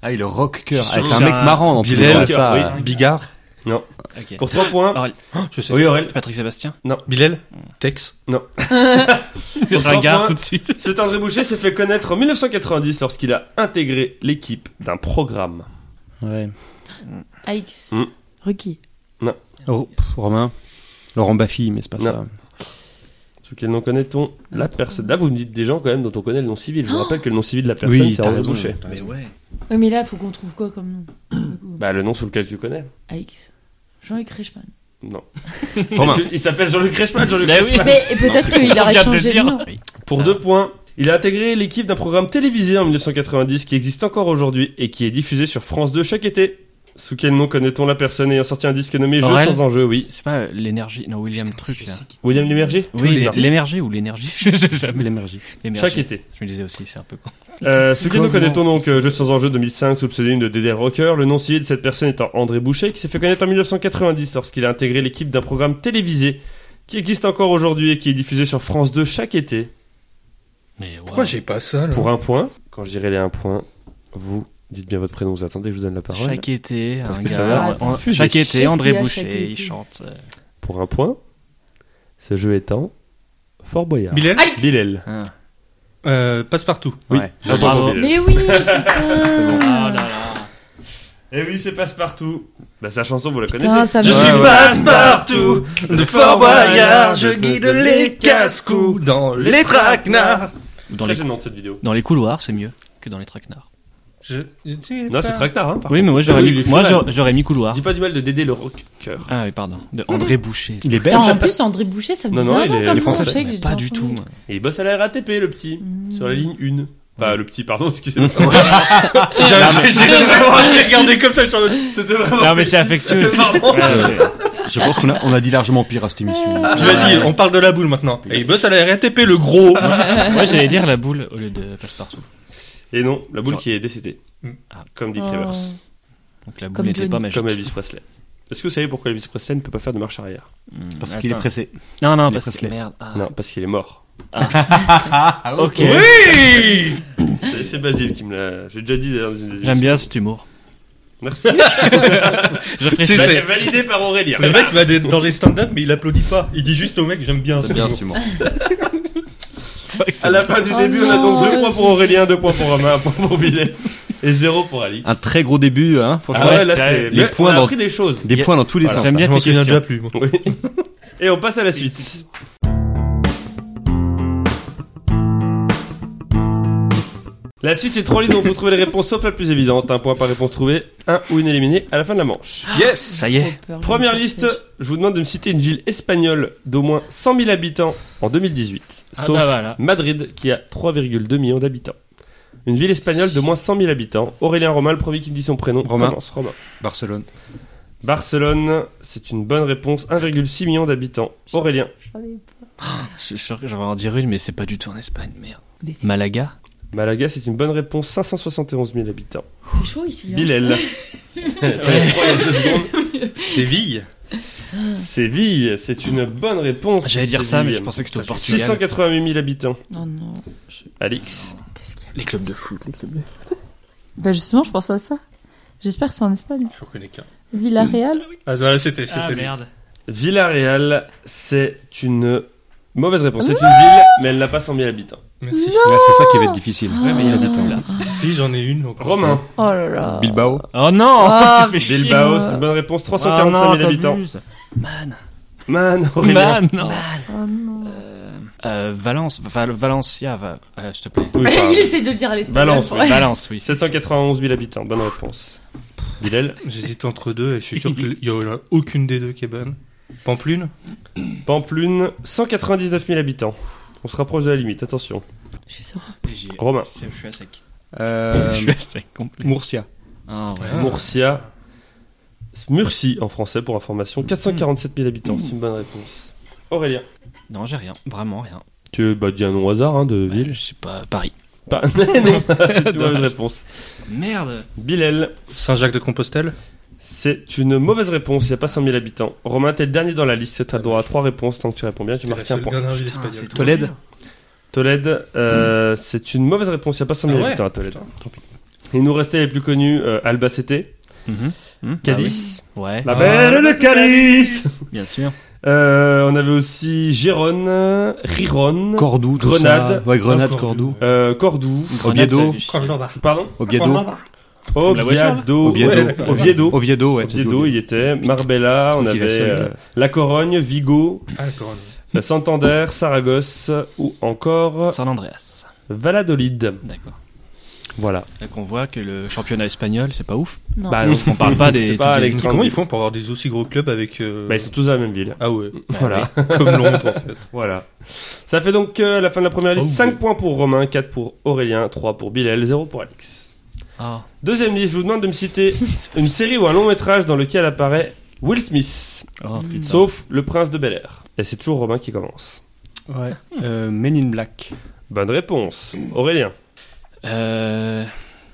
Ah, il est rocker. Ah, c'est un
C'est
mec
un-
marrant dans tous les
Bilal,
cas, ça.
oui.
Bigard.
Ok.
Pour 3 points.
Ah,
Je sais.
Oui, Aurel.
Patrick Sébastien.
Bilal. Tex.
Pour trois
Regarde
points.
tout de suite.
Cet André Boucher s'est fait connaître en 1990 lorsqu'il a intégré l'équipe d'un programme.
Ouais.
Alex.
Hmm.
Rocky.
Ro- pff, Oh, Romain. Laurent Baffy, mais c'est pas
Non.
ça.
Sous quel nom connaît-on la personne Là, vous me dites des gens quand même dont on connaît le nom civil. Je vous rappelle que le nom civil de la personne,
Oui,
c'est
t'as
André
raison.
Boucher.
Mais ouais.
Oui, mais là, faut qu'on trouve quoi comme nom du coup
Bah, le nom sous lequel tu connais.
Alex. Jean-Luc Reichmann.
Non.
Romain.
Tu- Il s'appelle Jean-Luc Reichmann, Jean-Luc
Bah oui.
Reichmann.
Mais et peut-être qu'il aurait changé de nom.
Pour
Ça
deux
va.
points, il a intégré l'équipe d'un programme télévisé en 1990 qui existe encore aujourd'hui et qui est diffusé sur France 2 chaque été. Sous quel nom connaît-on la personne ayant sorti un disque nommé Jeux
Aurel
sans enjeu Oui.
C'est pas l'énergie. Non, William Truc là.
William Lémergie
Oui,
Non.
l'émergé ou l'énergie. Je sais jamais.
L'énergie.
L'émergé.
Chaque été.
Je me disais aussi, c'est un peu con.
Euh, sous quel nom connaît-on donc euh, Jeux sans enjeu 2005 sous le pseudonyme de Dédé Rocker Le nom civil de cette personne étant André Boucher qui s'est fait connaître en 1990 lorsqu'il a intégré l'équipe d'un programme télévisé qui existe encore aujourd'hui et qui est diffusé sur France 2 chaque été.
Mais
Pourquoi
ouais.
j'ai pas ça là
Pour un point, quand je dirai les un point, vous dites bien votre prénom, vous attendez que je vous donne la parole.
Chaque été,
Parce
un
que ça
gars,
va
on-
infuser.
chaque
Qu'est-ce
été, André
qu'il y a chaque
Boucher,
été
il chante. euh,
Pour un point, ce jeu étant Fort Boyard.
Bilal.
Alex.
Bilal.
hein.
Euh, Passe-partout.
Oui,
Ouais.
j'entends
Bravo.
pour Bilal.
Mais oui, putain.
Ah là là.
Et Eh oui, c'est Passe-Partout. Bah, sa chanson, vous la
Putain,
connaissez.
ça
je
me-
suis
Ouais, ouais.
Passe-Partout de Fort Boyard, je guide les casse-coups.
dans
les traquenards.
Dans
Très
les,
gênante cette vidéo.
dans les couloirs, c'est mieux que dans les traquenards.
Je, je dis
Non,
pas-
c'est Traquenard, hein. par
Oui,
contre.
mais moi j'aurais
Ah oui, il
mis,
est
moi,
très mal.
j'aurais- j'aurais mis couloir.
Dis pas du mal de Dédé le rocker.
Ah oui, pardon. De André Boucher.
Il est
Putain,
belge.
en plus, André Boucher, ça me
Non,
disait
non,
un
il
nom
est-
comme
il est
ça,
français.
je sais que
Mais
j'ai
pas
déjà
du tout.
entendu.
moi.
Et il bosse à la RATP, le petit.
Mm.
Sur la ligne 1. Bah, le petit, pardon, excusez-moi.
J'ai- j'ai- Je t'ai regardé comme ça, je suis en mode-
C'était vraiment.
Non, mais c'est affectueux.
Pardon.
Euh, Je pense qu'on a, on a dit largement pire à cette émission.
Puis Vas-y, on parle de la boule maintenant. Et il bosse à la RATP, le gros.
Moi j'allais dire la boule au lieu de passe-partout.
Et non, la boule
Genre-
qui est décédée.
Mm.
Ah.
Comme Dick
Oh.
Rivers.
Donc la boule
Comme
n'était
Johnny.
pas magique.
Comme Elvis Presley. Est-ce que vous savez pourquoi Elvis Presley ne peut pas faire de marche arrière
Hmm,
Parce qu'il est
attends.
pressé.
Non, non,
il est
parce que
pressé.
merde. Ah,
Non, parce qu'il est mort.
ok.
Oui
C'est- C'est Basile qui me l'a. J'ai déjà dit d'ailleurs dans une des
J'aime
émissions.
bien cet humour.
Merci.
Je
Si,
précise.
c'est-
C'est validé par Aurélien.
Le mec va des- dans les stand-up, mais il applaudit pas. Il dit juste au mec, j'aime bien ce
C'est bien
humour.
Simon.
C'est vrai que
À
c'est
la fin du
Oh
début, on a donc
non.
2 points pour Aurélien, 2 points pour Romain, 1 point pour Billet. Et 0 pour Ali.
Un très gros début, hein. franchement.
Ah ouais, c'est-
les
mais
points
on a
dans-
appris des choses.
Des
y a-
points dans tous les
Voilà,
sens.
j'aime
hein.
bien
Je m'en
tes
souviens
questions.
déjà plus. moi.
Et on passe à la suite. La suite, c'est trois listes dont vous trouvez les réponses sauf la plus évidente. Un point par réponse trouvée, un ou une éliminée à la fin de la manche.
Ah,
Yes
Ça y est.
Trop peur, j'ai
Première
une
liste,
petite
je vous demande de me citer une ville espagnole d'au moins 100 000 habitants en 2018.
Ah,
Sauf
bah voilà.
Madrid qui a 3,2 millions d'habitants. Une ville espagnole de moins 100 000 habitants. Aurélien Romain, le premier qui me dit son prénom.
Romain.
Commence, Romain.
Barcelone.
Barcelone, c'est une bonne réponse. 1,6 million d'habitants. Aurélien.
pêche. J'en ai pas.
Je suis sûr que j'en vais en dire une, mais c'est pas du tout en Espagne, merde.
Mais c'est
Malaga
Malaga, c'est une bonne réponse. 571 000 habitants.
Il fait chaud ici. hein.
Bilel.
Séville
Séville, c'est une bonne réponse.
J'allais dire ça, mais
Séville.
je pensais que c'était au Portugal.
688 000 habitants.
Non, non.
Alix.
Les clubs de foot.
Bah justement, je pense à ça. J'espère que c'est en Espagne.
Je reconnais qu'un.
Villarreal
Ah voilà, c'était c'était lui.
Villarreal, c'est une mauvaise réponse. C'est une ville, mais elle n'a pas 100 000 habitants.
Merci.
Ouais, c'est ça qui va être difficile.
Ouais, mais il habite là.
Si, j'en ai une. encore.
Romain.
Oh là là.
Ah. Bilbao.
Oh non
Ah,
Tu fais chier. Oh, Ah,
Bilbao, c'est une bonne réponse. 345 000 habitants.
Man.
Man, Aurélien.
Man, Bah, non.
Oh non.
Euh, Valence, enfin, Valencia, va, euh, s'il te plaît.
Oui, pardon.
Il essaie de le dire à hein. l'espagnol.
Valence,
pour-
oui.
Valence, oui.
791 000 habitants, bonne réponse. Bilal,
J'hésite entre deux et je suis sûr qu'il y en a aucune des deux qui est bonne. Pamplune
Pamplune, 199 000 habitants. On se rapproche de la limite, attention.
Je suis sûre.
J'ai-
Romain.
c'est- Je suis à sec.
Euh,
Je suis à sec, complet.
Murcia.
Ah, ouais.
Hein Murcia, Murcie en français pour
Mm.
information, 447 000 habitants, c'est une bonne réponse. Aurélien,
Non, j'ai rien. Vraiment rien.
tu bah, dis un nom au hasard hein, de ville.
Ville, je sais pas. Paris.
Pas- non, c'est une mauvaise réponse.
Merde
Bilal,
Saint-Jacques-de-Compostelle
c'est une mauvaise réponse, il n'y a pas 100 000 habitants. Romain, t'es le dernier dans la liste, t'as le droit à 3 réponses, tant que tu réponds bien, tu
Ah, C'était la
marques un
seule
point.
dernière ville
Putain,
espagnole.
c'est trop
Tolède.
bien.
Tolède, euh, c'est une mauvaise réponse. Il n'y a pas 100 000
Mm. Ah ouais
habitants à Tolède.
Putain, Ah
Il nous restait les plus connus euh, Albacete, Mm-hmm.
Mhm. Mhm.
Cadiz,
Ah Ouais,
la belle de Cadiz.
bien sûr.
Euh, on avait aussi Gérone, euh, Riron,
Cordoue. tout
Grenade.
ça. Ouais, Grenade,
Encore
Cordoue.
euh, Cordoue.
Grenade,
Oviedo.
ça fait chier.
Cordoba.
Pardon
Oviedo.
la voiture, là
Oviedo.
Oviedo.
Ouais, d'accord. Oviedo.
Oviedo, ouais. c'est
Oviedo,
tout. Ah,
il y était. Marbella, on
Faut qu'il
avait
ait ça,
euh, La Corogne, Vigo,
Ah, d'accord.
euh, Santander, Saragosse ou encore
San Andreas.
Valladolid.
D'accord.
Voilà.
Là qu'on voit que le championnat espagnol, c'est pas ouf.
Non.
Bah, non.
On parle pas des.
C'est pas
toutes les-
les grandes
Comment Ah, ils
villes.
font pour avoir des aussi gros clubs avec. euh,
Bah, ils sont tous à la même ville.
Ah ouais.
Voilà.
Comme Londres en fait.
Voilà. Ça fait donc euh, la fin de la première liste.
Oh.
5 points pour Romain, 4 pour Aurélien, 3 pour Bilal, 0 pour Alex.
Ah.
Deuxième liste, je vous demande de me citer une série ou un long métrage dans lequel apparaît Will Smith,
Oh, putain.
sauf Le Prince de Bel Air. Et c'est toujours Romain qui commence.
Ouais. Euh, Men in Black.
Bonne réponse. Aurélien,
Euh,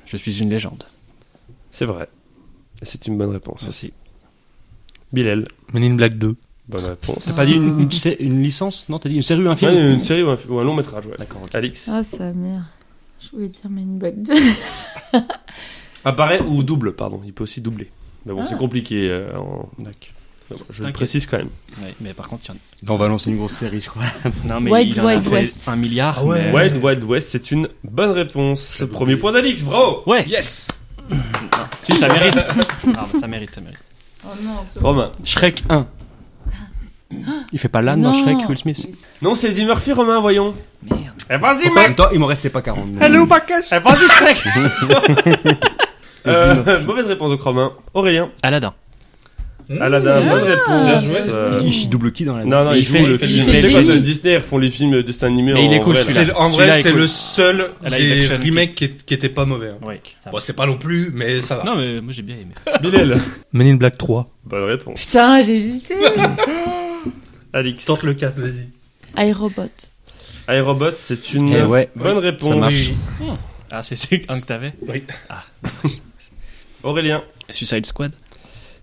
je suis une légende.
c'est vrai. Et c'est une bonne réponse aussi. Bilal,
Men in Black 2.
bonne réponse.
T'as pas dit une, une sé- une licence Non, t'as dit une série ou un
Ouais,
film
une série ou un, ou un long métrage, ouais.
D'accord, ok.
Alex,
Ah, sa mère. Je voulais dire, mais une blague de.
apparaît ou double, pardon. Il peut aussi doubler. Mais bon, c'est compliqué. euh, en-
D'accord.
Mais bon, Je le
T'inquiète.
précise quand même.
Ouais, mais par contre, il y en a.
Là, on va lancer une grosse série, je crois.
Non, mais
Wild
il en a
Wild
fait
West.
un milliard.
Ah ouais.
mais-
Wild Wild West, c'est une bonne réponse. Premier point d'Alix, bravo
Ouais.
Yes
Si, ça mérite. Ah, bah, ça mérite, ça mérite.
Oh non, c'est
Romain.
Shrek 1. Il fait pas l'âne dans
Non.
Shrek, Will Smith
Non, c'est Eddie Murphy, Romain, voyons.
Merde.
Eh vas-y,
En même temps, il m'en restait pas 40. mais-
Eh vas-y, Shrek Euh, Mauvaise réponse donc Romain. Aurélien.
Aladdin.
Aladdin, bonne
Bien
réponse.
joué.
Euh,
Il il double qui dans la
Non, non,
Il
il,
fait-
joue le
il fait
film.
le
Tu sais, quand
génie.
euh, Disney font les films Disney animés
Mais
en
il est cool,
vrai,
celui-là.
là.
en
Celui-là
vrai,
est
c'est
cool.
le seul
À la
des
live action qui-
remakes qui... qui était pas mauvais. hein.
Ouais. ça va.
Bon, c'est pas non plus, mais ça va.
Non, mais moi j'ai bien aimé.
Bilal.
Men in Black 3.
Bonne réponse.
Putain, j'ai hésité.
Alix.
Tente le 4, vas-y.
iRobot.
iRobot, c'est une
Eh ouais.
bonne réponse.
Ça marche.
Ah, c'est celui un que t'avais
Aurélien.
Suicide Squad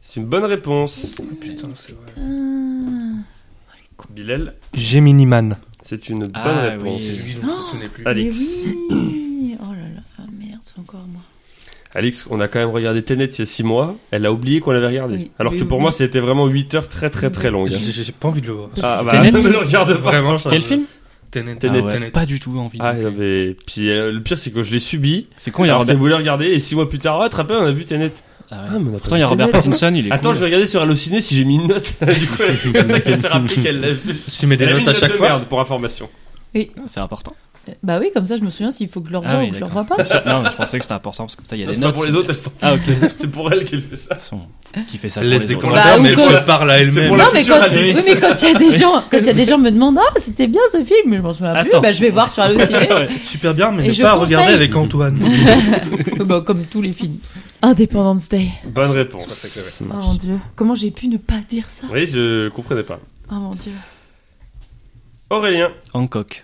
C'est une bonne réponse.
Putain, c'est
Ah,
vrai.
Bilal.
Gemini Man.
C'est une bonne
Ah,
réponse.
oui.
C'est lui dont je me souvenais plus.
Alex.
Mais oui Oh là là, ah, merde, c'est encore moi.
Alix, on a quand même regardé Tenet il y a 6 mois. Elle a oublié qu'on l'avait regardé.
Oui.
Alors que
Oui,
pour
oui.
moi, c'était vraiment 8 heures très très très longues.
J'ai j'ai pas envie de le voir.
Ah bah,
Tenet
ne le regarde pas.
Vraiment, ça
Quel
me-
film
Tenet.
Tenet.
Ah Ah, ouais,
Tenet.
Pas du tout envie.
Ah, non, mais- Puis euh, le pire, c'est que je l'ai subi.
C'est con, il y a
Alors qu'elle
Robert.
voulait regarder et 6 mois plus tard, oh, te rappelles, on a vu Tenet.
Ah ouais.
Ah, mais on a pas
Pourtant, il
vu
y a Robert
Tenet.
Pattinson, il est
Attends,
cool.
je vais regarder sur Allociné si j'ai mis une note. du coup, c'est comme ça qu'elle s'est rappelée qu'elle l'a vu.
Tu mets des
Elle a mis
notes
une
à
note
chaque
de
fois.
merde, pour information.
Ah, C'est important.
Euh, Bah oui, comme ça, je me souviens s'il faut que je le revoie
Ah oui,
ou que je le
d'accord.
revoie pas.
Comme ça- non, mais je pensais que c'était important parce que comme ça, il y a
Non,
des
C'est pas
notes.
pour les autres, elles sont.
Ah, ok.
C'est pour elle qu'elle fait ça.
Son- Qui fait ça
Elle
pour
laisse
les
des
autres.
commentaires,
Bah,
mais
ou
elle
que-
se parle à
C'est
elle-même.
pour la
non, mais
future
quand,
Alice.
oui, mais quand il y a des gens, quand il y a des gens me demandent, ah, c'était bien ce film, je m'en souviens plus,
Attends.
bah, je vais voir sur Allociné,
Super bien, mais
Et
ne
je
pas
conseille-
regarder avec Antoine.
bah, comme tous les films. Independence Day.
Bonne
C'est pas
réponse.
très
Oh mon dieu. Comment j'ai pu ne pas dire ça?
Oui, je comprenais pas.
Oh mon dieu.
Aurélien.
Hancock.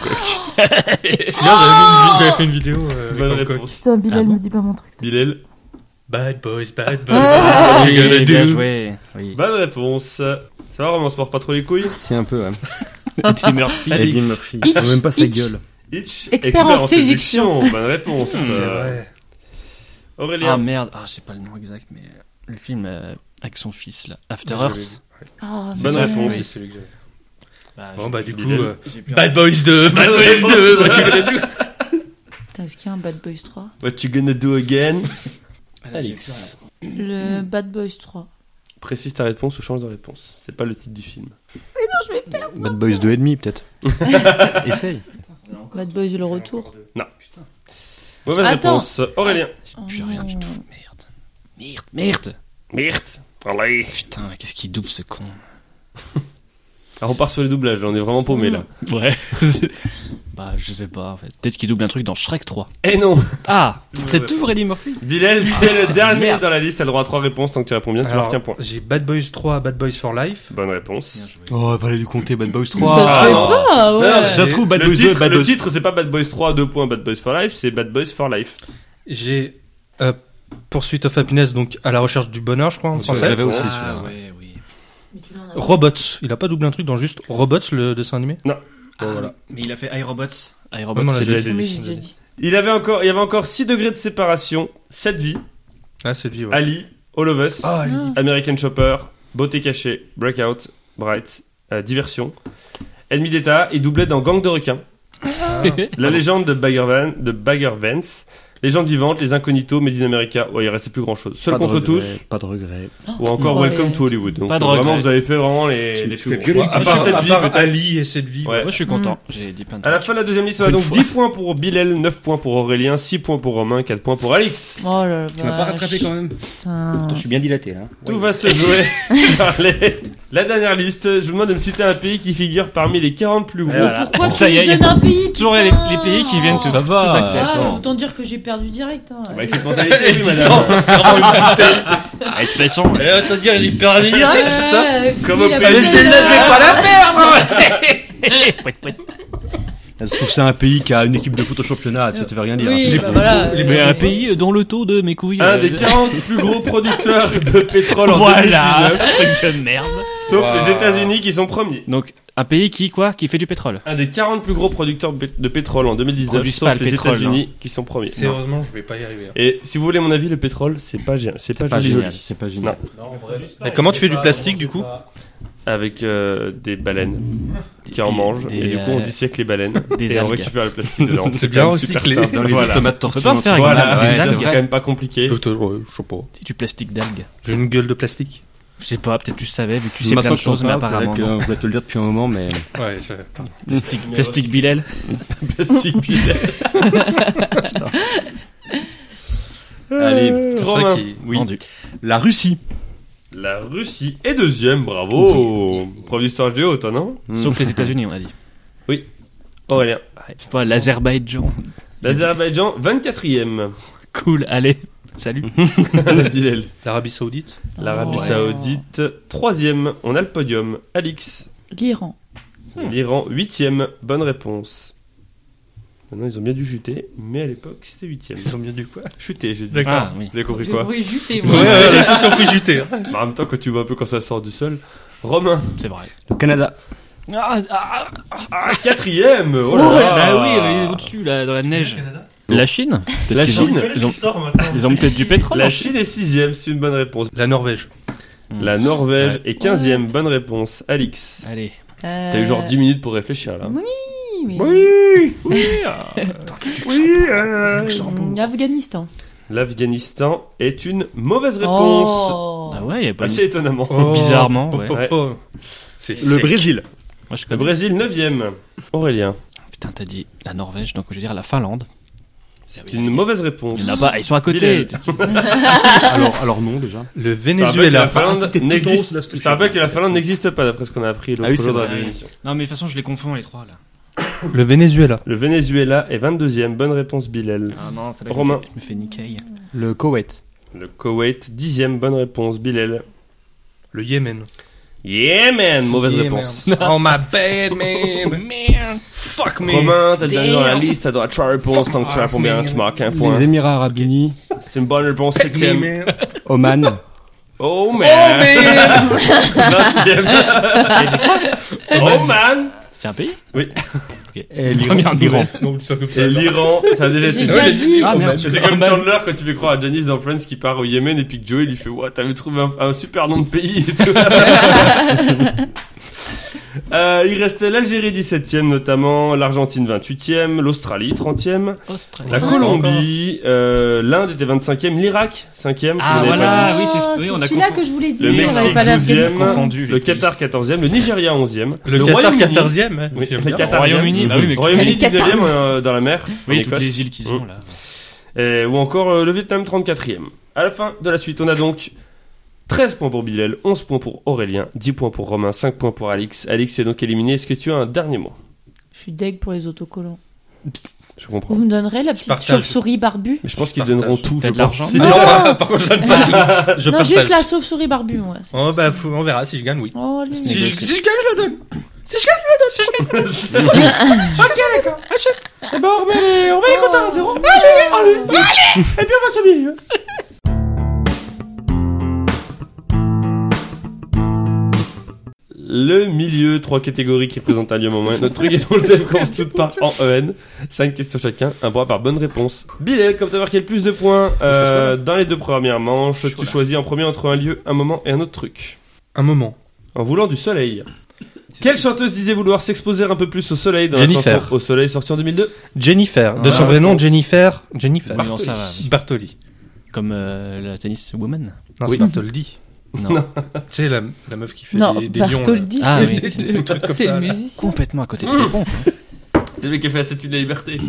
Sinon, j'avais fait une vidéo euh,
Bonne
avec Hancock.
réponse.
Putain, Bilal
Ah bon
me dit pas mon truc.
Bilal.
Bad boys, bad boys.
Ah.
what you gonna
Oui, bien
do?
joué. Oui.
Bonne réponse. Ça va, Romain, on se mord pas trop les couilles
C'est un peu, ouais.
Tim
Ah,
Murphy.
Alex.
Eddie Murphy.
Itch,
Faut même pas sa
itch.
gueule.
Hitch,
Expert en séduction.
Bonne réponse.
C'est
Euh,
vrai.
Aurélien.
Ah merde, ah, je sais pas le nom exact, mais euh, le film euh, avec son fils là, After
Ouais,
Earth.
Ah,
Bonne
mais-
réponse.
Oui, c'est celui que j'avais.
Bah,
Bon,
j'ai-
bah, du coup,
Bilal.
euh,
j'ai plus
Bad Boys 2, Bad Boys 2, what you gonna do?
Putain, est-ce qu'il y a un Bad Boys 3?
What you gonna do again
rien.
Ah,
Alex.
Le Bad Boys 3.
Précise ta réponse ou change de réponse. C'est pas le titre du film.
Bad Boys 2,5 peut-être. Essaye.
Bad Boys le retour.
Mauvaise
Attends.
réponse. Aurélien.
Oh
Plus rien du
non.
tout. Merde. Merde, merde.
Merde. Allez.
Putain, qu'est-ce qu'il double ce con
Alors Ah, on part sur les doublages, là, on est vraiment paumé
Mm.
là.
Ouais. bah, je sais pas en fait. Peut-être qu'il double un truc dans Shrek 3.
Eh non
Ah
C'est toujours Eddie Murphy.
Bilal, tu es le dernier dans la liste, t'as le droit à 3 réponses tant que tu réponds bien, tu
Ah, Alors,
marques un point.
J'ai Bad Boys 3, Bad Boys for Life.
Bonne réponse.
Oh, fallait du compter Bad Boys
Ça
3.
Ah,
se fait
non.
pas, ouais.
Non, non,
Ça se trouve, Bad
le
Boys 2,
titre,
Bad
le
Boys.
titre, c'est pas Bad Boys 3, 2 points, Bad Boys for Life, c'est Bad Boys for Life.
J'ai euh, Pursuit of Happiness, donc à la recherche du bonheur, je crois, en
Je
français.
l'avais aussi.
Ah
celui-là.
ouais, oui.
Robots. Il a pas doublé un truc dans juste Robots, le dessin animé
Mais il a fait iRobots.
Ouais, mais
iRobots,
on a
c'est
déjà
déjà
dit.
Oui, j'ai déjà dit.
Il, avait encore, il y avait encore 6 degrés de séparation, 7 vies,
Ah, c'est lui, ouais.
Ali, All of Us,
Ah, il-
American Chopper, Beauté Cachée, Breakout, Bright, euh, Diversion, Ennemi d'État et doublé dans Gang de requins.
Ah.
La légende de Bagger, Van- de Bagger Vance, Légende vivante, Les Incognitos, Made in America. Ouais, il restait plus grand chose. Seul
Pas de
contre
regret,
tous,
Pas de regret.
ou encore
Ouais.
Welcome to Hollywood. Donc,
Pas de
euh, vraiment,
regret.
vous avez fait vraiment les,
Tu-
les
tu
plus
fais
gros.
gueuler,
À
à
part
part,
cette
à
vie,
part
peut-être.
Ali et cette vie.
Ouais.
Moi, je suis content. J'ai dit plein de
À la
trucs.
fin de la deuxième liste, on a
Une
donc
fois.
10 points pour Bilal, 9 points pour Aurélien, 6 points pour Romain, 4 points pour Alix.
Oh là là.
Tu m'as pas rattrapé quand même.
Putain.
Attends, je suis bien dilaté là.
Tout va se jouer par les- la dernière liste. Je vous demande de me citer un pays qui figure parmi les 40 plus gros.
Et voilà.
Pourquoi
Ça
tu
y est,
me
il y a
donnes un pays
Toujours les,
putain
les pays qui viennent te
Ça
te
va,
back-
euh,
Ah,
Attends.
autant dire que j'ai perdu direct. hein.
Bah,
Avec cette mentalité, oui, madame.
Ah, De toute façon,
Et attends, dire, il perd les
Ouais,
Comme
il
au
a
pays.
pas
Mais
de
c'est
valeur.
Ça se trouve, c'est un pays qui a une équipe de foot au championnat. Ça, ça veut rien dire.
Oui, bah voilà.
Mais un pays dont le taux de mes couilles.
Un
euh,
des 40 plus gros producteurs de pétrole en
Voilà,
2019,
truc de merde.
sauf
Wow.
les États-Unis qui sont premiers.
Donc un pays qui quoi, qui fait du pétrole.
Un des 40 plus gros producteurs de pé- de pétrole en 2019,
Produisent
sauf
pas le
les
pétrole,
États-Unis qui sont premiers.
Sérieusement, je vais pas y arriver. hein.
Et si vous voulez mon avis, le pétrole, c'est pas gé- c'est pas,
Pas
joli
génial.
joli.
C'est pas génial.
Et comment tu fais du plastique du coup
Avec euh, des baleines qui en
des-
mangent
des,
et du coup on
euh,
dissèque les baleines
des
et on
algues.
récupère le plastique dedans.
C'est bien
quand même
recyclé.
super simple.
Dans les
voilà.
estomacs de
On peut
tortue.
pas en faire avec
Voilà,
des
ouais,
algues,
ça, c'est
ouais.
quand même pas compliqué.
Je sais pas.
C'est du plastique d'algues.
J'ai une gueule de plastique.
Je sais pas, peut-être tu savais, vu que tu sais plein de choses, mais apparemment. non.
On va te le dire depuis un moment, mais.
Ouais, je...
Plastique, plastique Bilal.
Plastique bidon.
Allez,
Ah, c'est
Romain.
vrai
Oui.
Vendu.
La Russie.
La Russie est deuxième, bravo. Prof d'histoire géo, toi non
Mmh.
Sauf les États-Unis, on a dit.
Aurélien.
Je sais pas, l'Azerbaïdjan.
L'Azerbaïdjan, 24e.
Cool, allez. Salut.
Bilal.
L'Arabie Saoudite.
L'Arabie
Ouais.
Saoudite, 3e. On a le podium. Alix.
L'Iran.
L'Iran, 8e. Bonne réponse. Maintenant, ils ont bien dû chuter, mais à l'époque, c'était 8e.
Ils ont bien du quoi
Chuter, j'ai dit.
D'accord.
Ah oui.
Vous avez compris
Je
quoi
pourrais juter,
Ouais,
moi.
ouais, on a tous compris hein. juter.
Bah, En même temps, quand tu vois un peu quand ça sort du sol. Romain,
C'est vrai.
Le Canada.
Ah, ah, ah,
4 Oh là là Oh
bah oui, oui, au-dessus, là, dans Oh la neige. La Chine Peut-être
La
qu'ils ont-
Chine
Ils ont, ils ont peut-être du pétrole.
La Chine est sixième, c'est une bonne réponse.
La Norvège.
La Norvège est quinzième, bonne réponse. Alix,
Allez.
T'as
euh,
t'as eu genre 10 minutes pour réfléchir là.
Oui, mais...
Oui, oui,
Mm, Afghanistan.
L'Afghanistan est une mauvaise réponse.
Oh.
Ah ouais, il y a pas
Assez étonnamment.
Oh.
Bizarrement, ouais.
Ouais.
Oh. C'est
Le
sec.
Brésil.
Moi, je
Le
connais.
Brésil, neuvième. Aurélien,
Putain, t'as dit la Norvège, donc je vais dire la Finlande.
c'est une mauvaise réponse.
Il y en a pas, ils sont à
Oh. Bilal.
côté.
alors, alors non, déjà.
Le
C'est un bug que la
Venezuela. Ah,
Finlande
tout
n'existe-
rose, là, ce truc.
c'est un bug que la Finlande n'existe pas, d'après ce qu'on a appris l'autre
Ah oui,
jour
c'est
dans la
vrai.
démission.
Non, mais de toute façon, je les confonds les trois là.
Le Venezuela.
Le Venezuela est 22e, bonne réponse Bilal.
Ah non,
là que je
c'est
me Romain.
Je me fais niquer.
Le Koweït.
Le Koweït, 10e, bonne réponse Bilal.
Le Yémen.
Yemen, mauvaise
Yémen.
réponse.
Oh my bad man. man. Fuck me.
Romain, t'es le dernier dans la
Damn.
liste, t'as droit à 3 réponses,
Fuck
donc tu
off,
réponds bien,
man.
tu marques un point.
Les Émirats Arabes Unis,
C'est une bonne réponse,
Fuck me,
7e.
man.
Oman.
Oh man!
Oh, man.
20e. Oh man!
C'est un pays
Et
Première
l'Iran.
nouvelle.
Non, ça comme ça.
Et l'Iran, ça a déjà
J'ai
été Oh,
déjà dit.
Ah merde.
C'est comme Chandler quand tu fais croire à Janice dans Friends qui part au Yémen et puis que Joey lui fait Ouah, t'avais trouvé un, un super nom de pays et tout. Euh, il restait l'Algérie 17ème notamment, l'Argentine 28ème, l'Australie 30ème,
Australie.
la Colombie, euh, l'Inde était 25ème, l'Irak 5ème,
Ah,
on l'avait
voilà.
pas
oui, c'est-
Ah,
oui, on a
celui-là
confondu.
que je voulais
dit. le
dire. on n'avait
Mexique
pas l'Afghanistan.
12ème,
Confondu,
le
les pays.
Qatar 14ème, le Nigeria 11ème,
Le, Qatar 14e. hein.
Oui,
C'est
le
bien.
Qatar.
Royaume-Uni, bah oui, mais
Royaume-Uni
Les 14e.
19ème euh, dans la mer, en
Oui, toutes
Écosse. Oh.
les îles qu'ils ont là.
Et- ou encore euh, le Vietnam 34e. À la fin de la suite, on a donc 13 points pour Bilal, 11 points pour Aurélien, 10 points pour Romain, 5 points pour Alix. Alix, tu es donc éliminé. Est-ce que tu as un dernier mot
Je suis deg pour les autocollants.
Je
Vous
comprends.
me donnerez la petite
partage.
chauve-souris barbue
Mais je pense qu'ils
Partage.
donneront tout.
T'as
je
de l'argent
pense.
Non, par contre, je donne pas tout. Je
Non,
partage.
juste la chauve-souris barbue, moi. c'est-
Oh, bah, faut- on verra si je gagne, oui.
Oh, les-
Si je, si je gagne, je la donne. Si je gagne,
On va les compter à zéro. Allez, allez, allez Et puis on va s'habiller. Le milieu, trois catégories qui présentent un lieu moment. Notre truc est dans le thème commence toutes par en EN. Cinq questions chacun, un point par bonne réponse. Bilal, comme t'as marqué le plus de points euh, dans les deux premières manches, tu choisis en premier entre un lieu, un moment et un autre truc.
un moment.
En voulant du soleil. Quelle chanteuse disait vouloir s'exposer un peu plus au soleil dans la
Jennifer.
chanson Au soleil sortie en 2002
Jennifer. De son
Ah,
vrai nom,
réponse.
Jennifer. Jennifer.
Oui, non, ça va.
Bartoli.
Comme euh, la tennis woman.
Non,
Oui.
c'est Bartoldi.
Non.
Tu sais, la, la meuf qui fait
Non,
des, des lions.
Bartholdi,
Ah,
c'est
oui.
le-
C'est le truc comme
c'est
ça,
le
là.
musicien.
Complètement à côté de ses pompes. hein.
C'est lui qui a fait la statue de la liberté.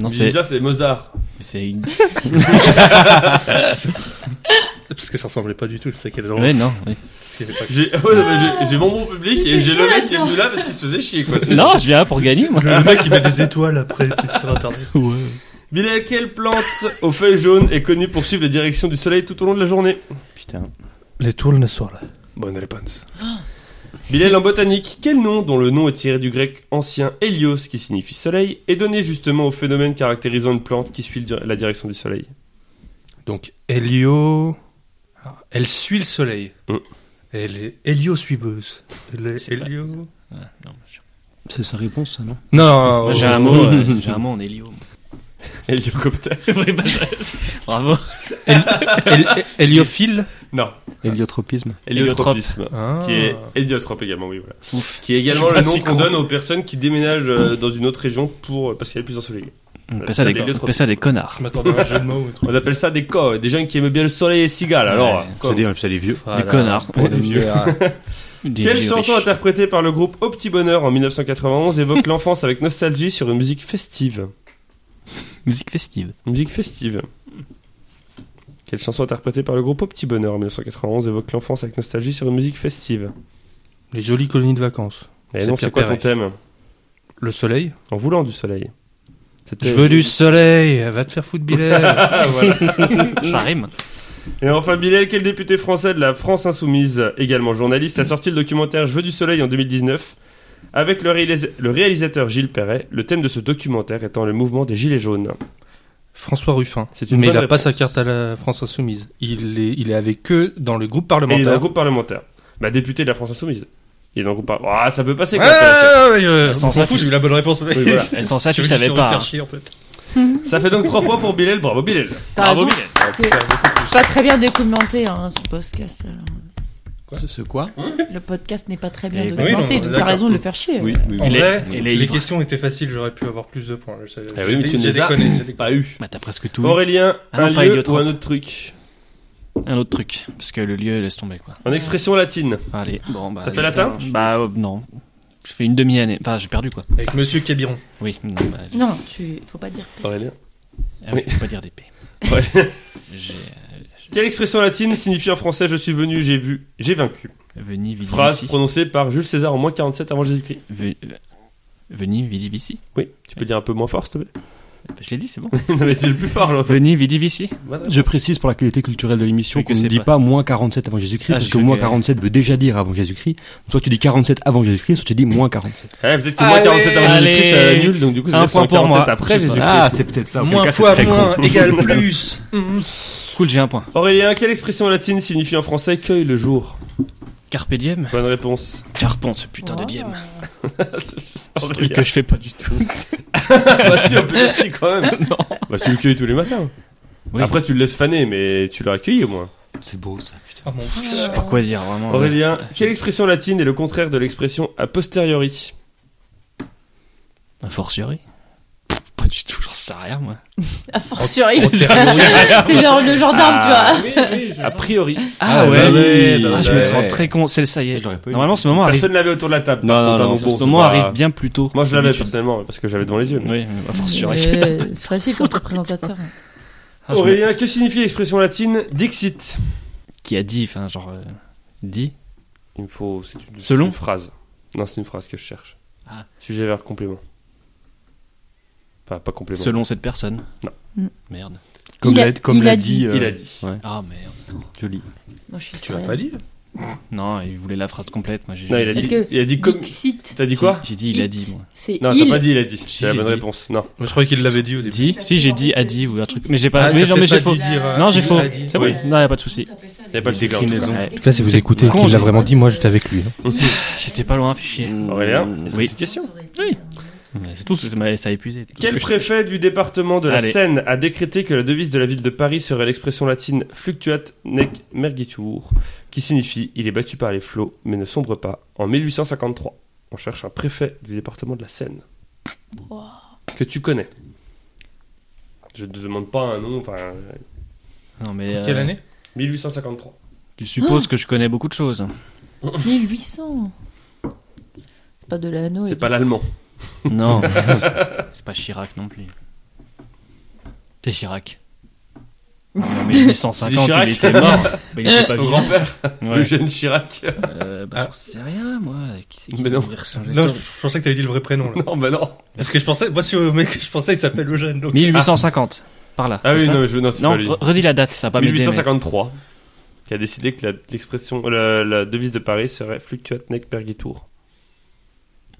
Non, c'est.
Déjà, c'est Mozart.
c'est-
là. Parce que ça ressemblait pas du tout, c'est ça qu'elle est drôle.
Ouais, non. oui.
Parce qu'il y avait pas-
J'ai ouais, mais j'ai- j'ai mon bon public
Il
et
fait
j'ai
chaud
le mec qui est
là-dedans.
venu là parce qu'il se faisait chier. Quoi.
Non, je viens pour gagner moi.
Le mec, il met des étoiles après t'es sur internet.
Bilal, quelle plante aux feuilles jaunes est connue pour suivre les directions du soleil tout au long de la journée
Putain.
Les tournesols.
Bonne réponse. Bilal, en botanique, quel nom, dont le nom est tiré du grec ancien hélios qui signifie soleil, est donné justement au phénomène caractérisant une plante qui suit le- la direction du soleil
Donc, Helio. Alors, Elle suit le soleil.
Mm.
Elle est Helio suiveuse. Elle est
C'est pas-
Helio.
Ouais, non, je-
C'est sa réponse, ça, non
Non,
J'ai un mot, euh, j'ai un mot en hélio.
Héliocoptère.
Oui, bah, Bravo.
Hel- Héliophile.
Non,
Héliotropisme.
héliotropisme.
Ah.
Qui est héliotrope également, oui, voilà.
Ouf.
Qui est également
Je
le
sais
nom
pas
qu'on
si
donne aux personnes qui déménagent euh, dans une autre région pour, euh, parce qu'il y a plus ensoleillé.
On appelle ça des, on appelle ça des connards.
Je m'attendais à un jeu de mots ou un truc.
On appelle ça des co, des gens qui aiment bien le soleil et les cigales. Alors,
Ouais.
comme-
C'est des, c'est des vieux.
Voilà.
Des connards.
Des vieux.
Ah.
Des
Quelle
vieux
chanson
riches.
interprétée par le groupe Au Petit Bonheur en 1991 évoque l'enfance avec nostalgie sur une musique festive
Musique festive.
Une Musique festive. Quelle chanson interprétée par le groupe Au Petit Bonheur en 1991 évoque l'enfance avec nostalgie sur une musique festive
Les jolies colonies de vacances.
Et
C'est
non, c'est
Pierre
quoi ton
Perret.
thème
Le soleil.
En voulant du soleil. C'était-
Je veux du soleil. Va te faire foutre, Bilal.
Ah, voilà.
Ça rime.
Et enfin, Bilal, quel député français de la France Insoumise, également journaliste, a sorti le documentaire Je veux du soleil en 2019 avec le, réalis- le réalisateur Gilles Perret, le thème de ce documentaire étant le mouvement des Gilets jaunes.
François Ruffin.
C'est une
Mais il
bonne
a pas
réponse.
sa carte à la France Insoumise. Il est, il est avec eux dans le groupe
Et il est dans le
parlementaire.
groupe parlementaire. Bah, député de la France Insoumise. Il est dans le groupe parlementaire. Ah, ça peut passer
Ouais,
quand même.
ouais, ouais, ouais, ouais,
Sans
on
ça,
s'en fout,
tu-
j'ai eu la bonne réponse.
voilà.
Et sans ça,
Je
tu
veux
le savais
juste me
pas.
faire
hein.
chier, en fait.
Ça fait donc 3 points pour Bilal. Bravo Bilal.
T'as
Bravo,
raison.
Mylène.
C'est c'est pas très bien documenté, hein, ce podcast. alors.
C'est ce quoi
Le podcast n'est pas très bien
Eh ben,
documenté,
oui, non,
donc t'as
d'accord.
raison de le faire chier.
Oui, oui,
En
oui.
Il est-
vrai,
il est
les
ivre.
questions étaient faciles, j'aurais pu avoir plus de points. Je savais.
Eh oui, mais
J'ai-
tu ne
j'ai
les as
déconné, j'ai déconné.
Pas eu.
Bah, t'as presque tout.
Aurélien,
Ah non,
un
pas
lieu ou
héliotrope.
un autre truc
Un autre truc, parce que le lieu, laisse tomber, quoi.
En expression latine.
Allez, bon, bah.
T'as fait latin
Bah, euh, non. Je fais une demi-année. Enfin, j'ai perdu, quoi.
Avec Monsieur Cabiron.
Oui, non, bah. je-
Non, tu... faut pas dire.
Aurélien.
Ah oui, faut pas dire d'épée.
Ouais.
J'ai euh,
Quelle expression latine signifie en français je suis venu, j'ai vu, j'ai vaincu
Veni, vidi,
Phrase
vici.
prononcée par Jules César en moins 47 avant Jésus-Christ.
Ve- euh, Veni, vidi, vici.
Oui, tu peux dire un peu moins fort, s'il te plaît.
Bah, Je l'ai dit, c'est bon.
non, mais tu es le plus fort, là.
Veni, vidi, vici.
Je précise pour la qualité culturelle de l'émission
Oui, que
qu'on ne
c'est
dit
pas.
pas moins 47 avant Jésus-Christ,
Ah,
parce
je
que
sais
moins
que-
47 veut déjà dire avant Jésus-Christ. Soit tu dis 47 avant Jésus-Christ, soit tu dis moins 47.
Ouais, peut-être que moins
Allez,
47 avant
allez.
Jésus-Christ, ça annule, euh, donc du coup, c'est
Un point pour
947
moi.
après
Je sais pas.
Jésus-Christ.
Ah, c'est peut-être ça. auquel
Moins
cas, c'est
fois
très
moins
con.
égale plus.
Cool, j'ai un point.
Aurélien, quelle expression latine signifie en français cueille le jour
Carpe diem.
Bonne réponse.
Carpon, ce putain de
Oh.
diem.
Ah,
Ce truc
Oh, Aurélien,
que je fais pas du tout.
bah, si, on peut le dire quand même.
Non.
Bah, tu le cueilles tous les matins.
Oui.
Après, tu le laisses faner, mais tu l'auras cueilli au moins.
C'est beau ça, putain.
Ah bon.
Je sais pas quoi dire, vraiment.
Aurélien, quelle expression latine est le contraire de l'expression a posteriori
Un fortiori Pff, Pas du tout, j'en sais rien, moi.
A fortiori.
On t'a raison.
C'est genre le gendarme,
Ah
tu vois.
A priori.
Ah
ouais.
ouais, bah
Ah, je me
ouais.
sens très con, c'est le ça y est.
J'aurais pas eu.
Normalement, ce moment arrive.
Personne l'avait autour de la table.
Non,
par
non,
contre,
non,
hein,
parce
bon,
Ce
c'est
moment
pas-
arrive bien plus tôt.
Moi, je l'avais
d'habitude.
personnellement, parce que j'avais devant les yeux. mais-
Oui, mais a fortiori, c'est la-
Euh, C'est facile quand t'es présentateur.
Ah, je me-
Aurélien, que signifie l'expression latine dixit
Qui a dit, enfin, genre. euh, Dit
Il me faut. C'est une,
Selon
une phrase. Non, c'est une phrase que je cherche.
Ah.
Sujet vers complément. Enfin, pas complément.
Selon cette personne
Non.
Mm.
Merde.
Comme
Il a-
l'a- comme
il
l'a
a
dit.
dit.
euh,
Il a dit.
Ah merde.
Joli.
Moi, je suis
Tu l'as pas dit
Non, il voulait la phrase complète. Moi, j'ai
Non, il a
Est-ce
dit.
que-
Il a dit. comme-
Dixit.
T'as dit quoi
J'ai dit, il a dit, moi.
C'est
Non, t'as
il.
pas dit, il a dit. C'est la
il a
bonne
dit.
réponse. Non.
Moi, je croyais qu'il l'avait dit au début.
Dit Si, j'ai dit, a dit, ou un truc. Mais j'ai pas.
Ah,
oui,
t'as
genre, mais
peut-être
j'ai
pas
faux.
dit dire, euh,
Non, j'ai
il
faux.
a dit.
C'est bon.
Oui.
Non, y a pas de souci.
Il n'y a pas le déclin.
Ouais.
En tout cas, si vous écoutez
et qu'il l'a
vraiment dit, moi, j'étais hein.
avec lui.
J'étais pas loin, fichier.
Mm. Mmh.
Aurélien,
Oui.
petite question.
Ouais, C'est tout, c'est- mais ça a épuisé. tout ce
Quel
que je-
préfet du département de la
Allez.
Seine a décrété que la devise de la ville de Paris serait l'expression latine fluctuat nec mergitur, qui signifie il est battu par les flots mais ne sombre pas, en 1853 On cherche un préfet du département de la Seine.
Wow.
Que tu connais. Je ne te demande pas un nom, enfin. euh,
Non, mais.
Quelle
euh,
année
1853.
Tu supposes que je connais beaucoup de choses.
1800.
C'est pas de l'anneau.
C'est pas l'allemand.
Non. c'est pas Chirac non plus. T'es Chirac. En 1850,
Chirac
il était mort. Mais il était pas
Son
vivant.
grand-père,
Ouais.
Eugène Chirac.
Euh, bah, j'en sais rien, moi. Qui c'est qui
Mais non.
m'a rechangé
Non,
le
je,
temps
je pensais que t'avais dit le vrai prénom. Là.
Non, bah non.
Parce que je pensais, moi, si au mec, je pensais qu'il s'appelle Eugène. Donc,
1850. Par là.
Ah
c'est
oui,
ça
non, mais je veux. Non, c'est
Non,
pas lui.
re- redis la date, ça va pas m'aider. mais-
1853, qui a décidé que la- l'expression, euh, la, la devise de Paris serait fluctuat nec pergitur.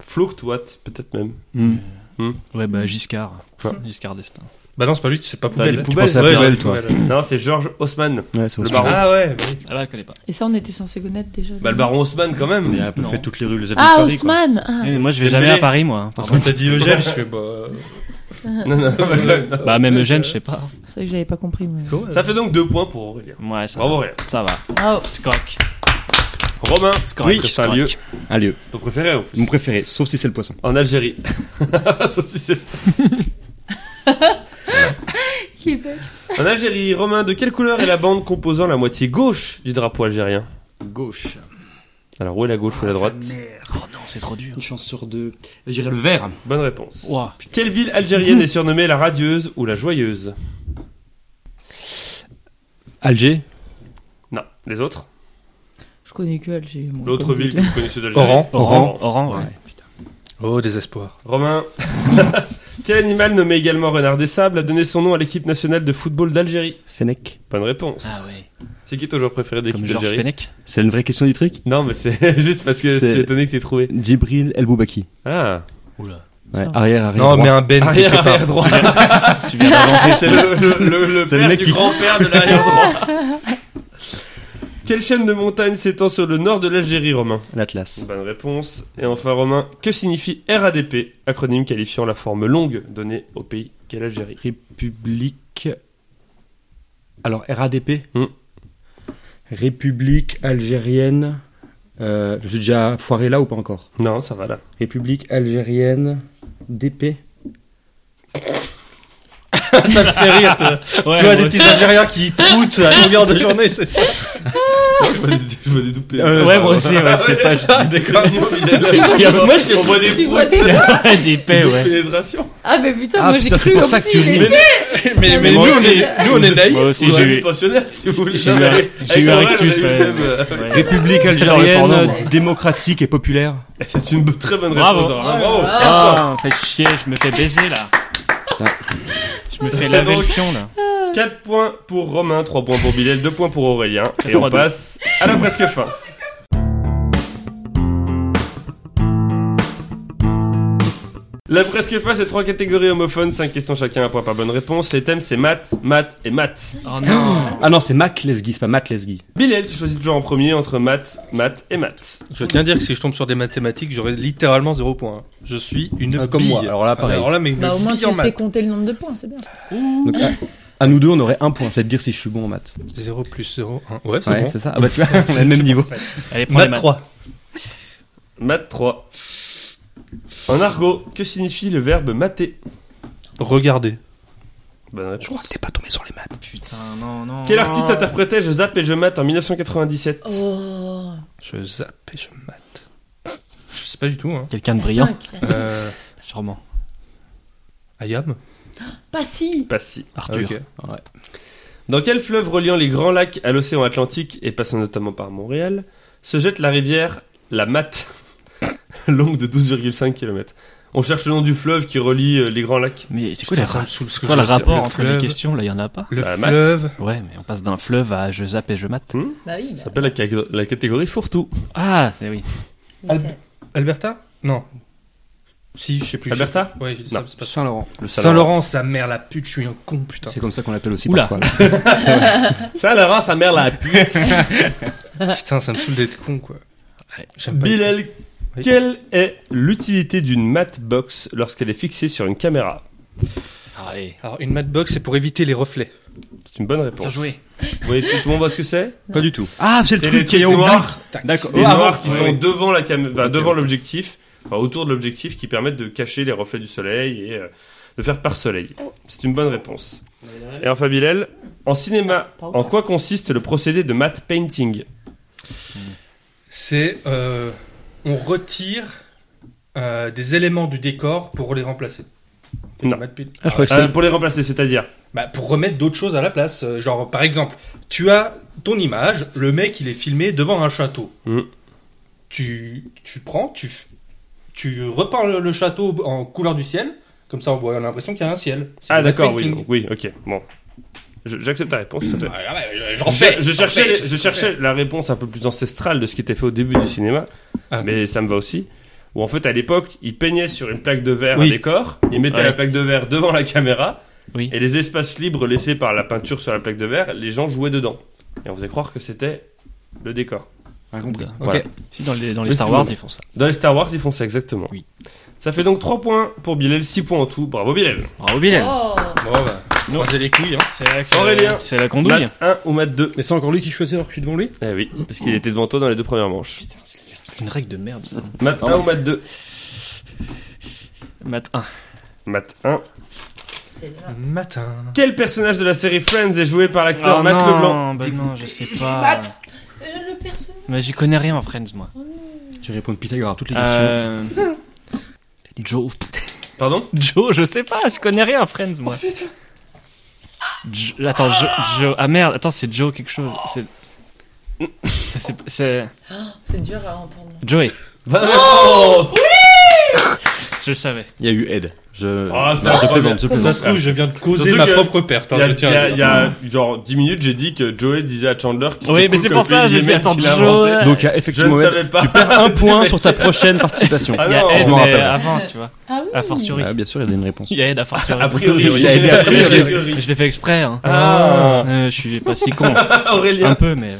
Fluctuat, peut-être même.
Mmh.
Ouais, bah Giscard.
Ouais.
Giscard d'Estaing.
Bah non, c'est pas lui, c'est pas
T'as
poubelle.
des poubelles,
penses à
ouais,
poubelle,
ouais.
toi.
Non, c'est Georges Haussmann.
Ouais, c'est
Le
aussi-
baron.
Ah ouais, bah oui.
Ah bah, je connais pas.
Et ça, on était censé connaître déjà.
Bah, le baron Haussmann, quand même.
Il a un peu
Non.
fait toutes les rues, les habits de
Ah,
Paris, quoi.
Haussmann Ah.
moi, je
Dembélé.
vais jamais à Paris, moi. hein, parce que-
Quand t'as dit Eugène, je fais bah.
Non, non,
Ah,
non.
Ah,
Bah, même
euh,
Eugène, je sais pas.
C'est vrai que j'avais pas compris. mais-
quoi,
Ça fait donc deux points pour Aurélien.
Ouais, ça
Bravo
va.
Aurélien.
Ça va.
Bravo.
C'est correct.
Romain,
C'est correct.
c'est un
correct.
lieu.
Allez,
Ton préféré en plus.
mon préféré, sauf si c'est le poisson.
En Algérie. Sauf si c'est- en Algérie, Romain, de quelle couleur est la bande composant la moitié gauche du drapeau algérien
Gauche.
Alors, où est la gauche ou
Ah,
la droite
Oh non, c'est trop dur.
Une chance sur deux. Je dirais le vert.
Bonne réponse.
Ouah.
Quelle ville algérienne est surnommée la radieuse ou la joyeuse
Alger
Non. Les autres
Je connais que Alger. moi,
L'autre
comme
ville que
d'habitude.
vous connaissez d'Algérie
Oran.
Oran. Oran, ouais.
Oh, désespoir.
Romain. Quel animal nommé également renard des sables a donné son nom à l'équipe nationale de football d'Algérie
Fennec
Bonne réponse.
Ah ouais.
C'est qui ton joueur préféré d'équipe
Comme Georges
d'Algérie
Fenech.
C'est une vraie question du truc
Non, mais c'est juste parce que je
C'est-
suis étonné que t'aies trouvé.
Djibril El Boubaki.
Ah.
Oula.
Ouais,
Ça.
arrière, arrière.
Non,
droit.
mais un Ben.
Arrière,
quelque part.
arrière droit.
Tu viens d'inventer.
C'est le, le, le, le
C'est le
père
mec
du
qui-
grand-père de l'arrière droit. Quelle chaîne de montagne s'étend sur le nord de l'Algérie, Romain
L'Atlas.
Bonne réponse. Et enfin, Romain, que signifie RADP, acronyme qualifiant la forme longue donnée au pays qu'est l'Algérie
République. Alors, RADP
République algérienne. euh, je suis déjà foiré là ou pas encore
Non, ça va là.
République algérienne d'épée.
ça me fait rire, toi.
Ouais,
tu vois,
moi
des
aussi.
petits Algériens qui troutent à longueur de journée, c'est ça.
Euh,
Ouais, moi aussi,
Ah,
Ah
ouais, c'est pas juste.
Moi, j'ai envoyé
Tu vois des-
des paix, ouais.
pénétration.
Ah, mais putain,
Ah,
moi j'ai
putain, c'est
cru
pour
aussi
ça que tu
les
lis.
pères.
Mais, mais nous,
moi
on
aussi.
est, nous, on est naïfs.
Moi aussi,
Vous
j'ai
aurez
eu.
du pensionnaire, si vous voulez.
J'ai eu un-
Avec
j'ai eu un
Aurel,
rectus,
on a eu le
ouais.
même.
Ouais.
République
J'adore
algérienne,
les pornos, moi.
démocratique et populaire.
C'est une b- très bonne
Bravo.
réponse. Romain, Bravo.
Ah, me faites chier, je me fais baiser là.
Putain.
Je me fais laver le fion là.
4 points pour Romain, 3 points pour Bilal, 2 points pour Aurélien. Et on
Trois, deux.
passe à la presque fin. La presque fin, c'est 3 catégories homophones, 5 questions chacun, un point par bonne réponse. Les thèmes, c'est maths, maths et maths.
Oh non.
Ah non, c'est Mac Lesgui, c'est pas Matt Lesgui.
Bilal, tu choisis toujours en premier entre maths, maths et maths.
Je tiens à dire que si je tombe sur des mathématiques, j'aurai littéralement zéro point. Je suis une
Ah, comme
bille.
moi, alors là, pareil.
Alors là, mais une
Bah, au moins,
bille
tu
en
sais
maths.
compter le nombre de points, c'est bien.
Donc, à, à nous deux, on aurait un point. C'est de dire si je suis bon en maths.
0 plus 0, 1. Ouais, c'est
Ouais,
bon.
c'est ça. Ah bah tu vois, on a le même niveau.
Allez, prends les
Maths
maths.
3.
Maths 3. En argot, que signifie le verbe mater
Regardez.
Bonne réponse.
T'es pas tombé sur les maths.
Putain, non, non.
Quel artiste interprétait Je zappe et je mate en 1997
Oh,
Je zappe et je mate. Je sais pas du tout, hein.
Quelqu'un de
la
brillant,
cinq, la six.
Euh,
sûrement.
I am
Pas si
Pas si.
Arthur.
Ok.
Dans quel fleuve reliant les grands lacs à l'océan Atlantique et passant notamment par Montréal se jette la rivière la Matte, longue de 12,5 km On cherche le nom du fleuve qui relie euh, les grands lacs.
Mais c'est quoi,
Putain,
le
ça
ra-
me saoule ce
c'est
que
quoi
je
le
veux dire.
rapport
Le
entre les
fleuve,
questions Là, il y en a pas.
Le
Bah, maths.
fleuve.
Ouais, mais on passe d'un fleuve à je zappe et je mate.
Bah oui,
Ça s'appelle la, cag- la catégorie fourre-tout.
Ah, c'est oui.
bah,
Alb- Alberta Non. Si, je sais plus.
Alberta
Ouais, j'ai dit
Non.
ça. c'est pas ça.
Saint-Laurent.
Le
Saint-Laurent, sa mère la pute, je suis un con, putain.
C'est comme ça qu'on l'appelle aussi
Oula.
parfois.
Saint-Laurent, sa mère la puce.
Putain, ça me saoule d'être con, quoi.
Ouais.
J'aime pas être
Bilal,
Oui.
quelle est l'utilité d'une mat box lorsqu'elle est fixée sur une caméra
Allez.
con. Alors, une matbox, c'est pour éviter les reflets.
C'est une bonne
Bien
réponse.
joué.
Vous voyez, tout le monde voit ce que c'est
Pas du tout. Ah, c'est le
C'est
truc
les
qui est
trucs
au
noirs.
D'accord.
Oh,
Les
Ah,
noirs
bon.
qui
Ouais,
sont
ouais.
devant la cam... enfin, devant l'objectif, enfin, autour de l'objectif, qui permettent de cacher les reflets du soleil et euh, de faire par soleil. C'est une bonne réponse. Et enfin, Bilal, en cinéma,
Pas au
en quoi consiste le procédé de matte painting
C'est. euh, on retire euh, des éléments du décor pour les remplacer.
Non.
Matt Pete.
Ah, je crois que
Euh,
c'est.
Pour les remplacer, c'est-à-dire
Bah, pour remettre d'autres choses à la place. Euh, Genre, par exemple, tu as ton image, le mec, il est filmé devant un château.
Mm.
Tu, tu prends, tu, f- tu repeins le, le château en couleur du ciel. Comme ça, on voit on a l'impression qu'il y a un ciel. C'est
Ah
le
d'accord, oui,
painting.
donc, oui, ok, bon. Je- J'accepte ta réponse. tout à fait.
Ah, ouais, J'en fais.
Je, je
j'en
cherchais,
fais,
les-
j'en
je
fais.
cherchais la réponse un peu plus ancestrale de ce qui était fait au début du cinéma,
Ah.
mais ça me va aussi. Où en fait, à l'époque, ils peignaient sur une plaque de verre
Oui.
un décor, ils mettaient
Ouais.
la plaque de verre devant la caméra,
Oui.
et les espaces libres laissés par la peinture sur la plaque de verre, les gens jouaient dedans. Et on faisait croire que c'était le décor. Voilà.
Si, dans les, dans les
Mais
Star
c'est
Wars,
bon.
ils font ça.
Dans les Star Wars, ils font ça exactement.
Oui.
Ça fait donc 3 points pour Bilal, 6 points en tout. Bravo Bilal.
Bravo, Bilal.
Oh,
Bon, bah, croisez les couilles. Hein.
C'est la que-
Aurélien.
C'est la condouille.
Mat 1 ou mat 2
Mais c'est encore lui qui choisit alors que je suis devant lui
Eh oui, parce qu'il était devant toi dans les deux premières manches.
Une règle de merde. ça.
Mat 1 ou mat 2
Mat 1.
Mat 1.
c'est là.
Matin.
Quel personnage de la série Friends est joué par l'acteur
Ah
Matt
non,
Leblanc
bah non, je sais pas.
Matt Euh, Le personnage.
Mais j'y connais rien en Friends, moi.
J'ai répondu Pythagore à toutes les questions.
Euh... Joe.
Pardon
Joe, je sais pas, je connais rien en Friends, moi. Jo- Attends, Jo- Joe. Ah merde, attends, c'est Joe quelque chose. C'est. Ça, c'est- C'est.
C'est dur à entendre.
Joey,
Oh,
je le savais.
Il y a eu Ed. Je,
Ah, c'est
Non, je
incroyable.
plaisante, je
Ça
plaisante.
se trouve, je viens de causer
Surtout
ma
que-
propre perte. hein,
Il y a,
je tiens à
il y a-
le
il
dire.
y a, genre 10 minutes, j'ai dit que Joey disait à Chandler que c'était
Oui, mais
cool
c'est
que
pour ça,
Billy
j'ai
Mayer
attendu
qui l'a
Joe.
inventé.
euh,
Donc il y a
Je ne
effectivement Ed.
savais pas.
Tu perds un point sur ta prochaine participation.
Ah
Il y a
non.
Ed,
Je m'en
mais
rappelle.
avant, tu vois.
Ah oui
A fortiori.
Ah, bien sûr, il y a une réponse.
Il y a Ed, a fortiori.
A priori, Ah, oui.
Il y a Ed, a priori.
A priori.
Je l'ai fait exprès, hein.
Ah.
Euh, je suis pas si con.
Aurélien,
Un peu, mais.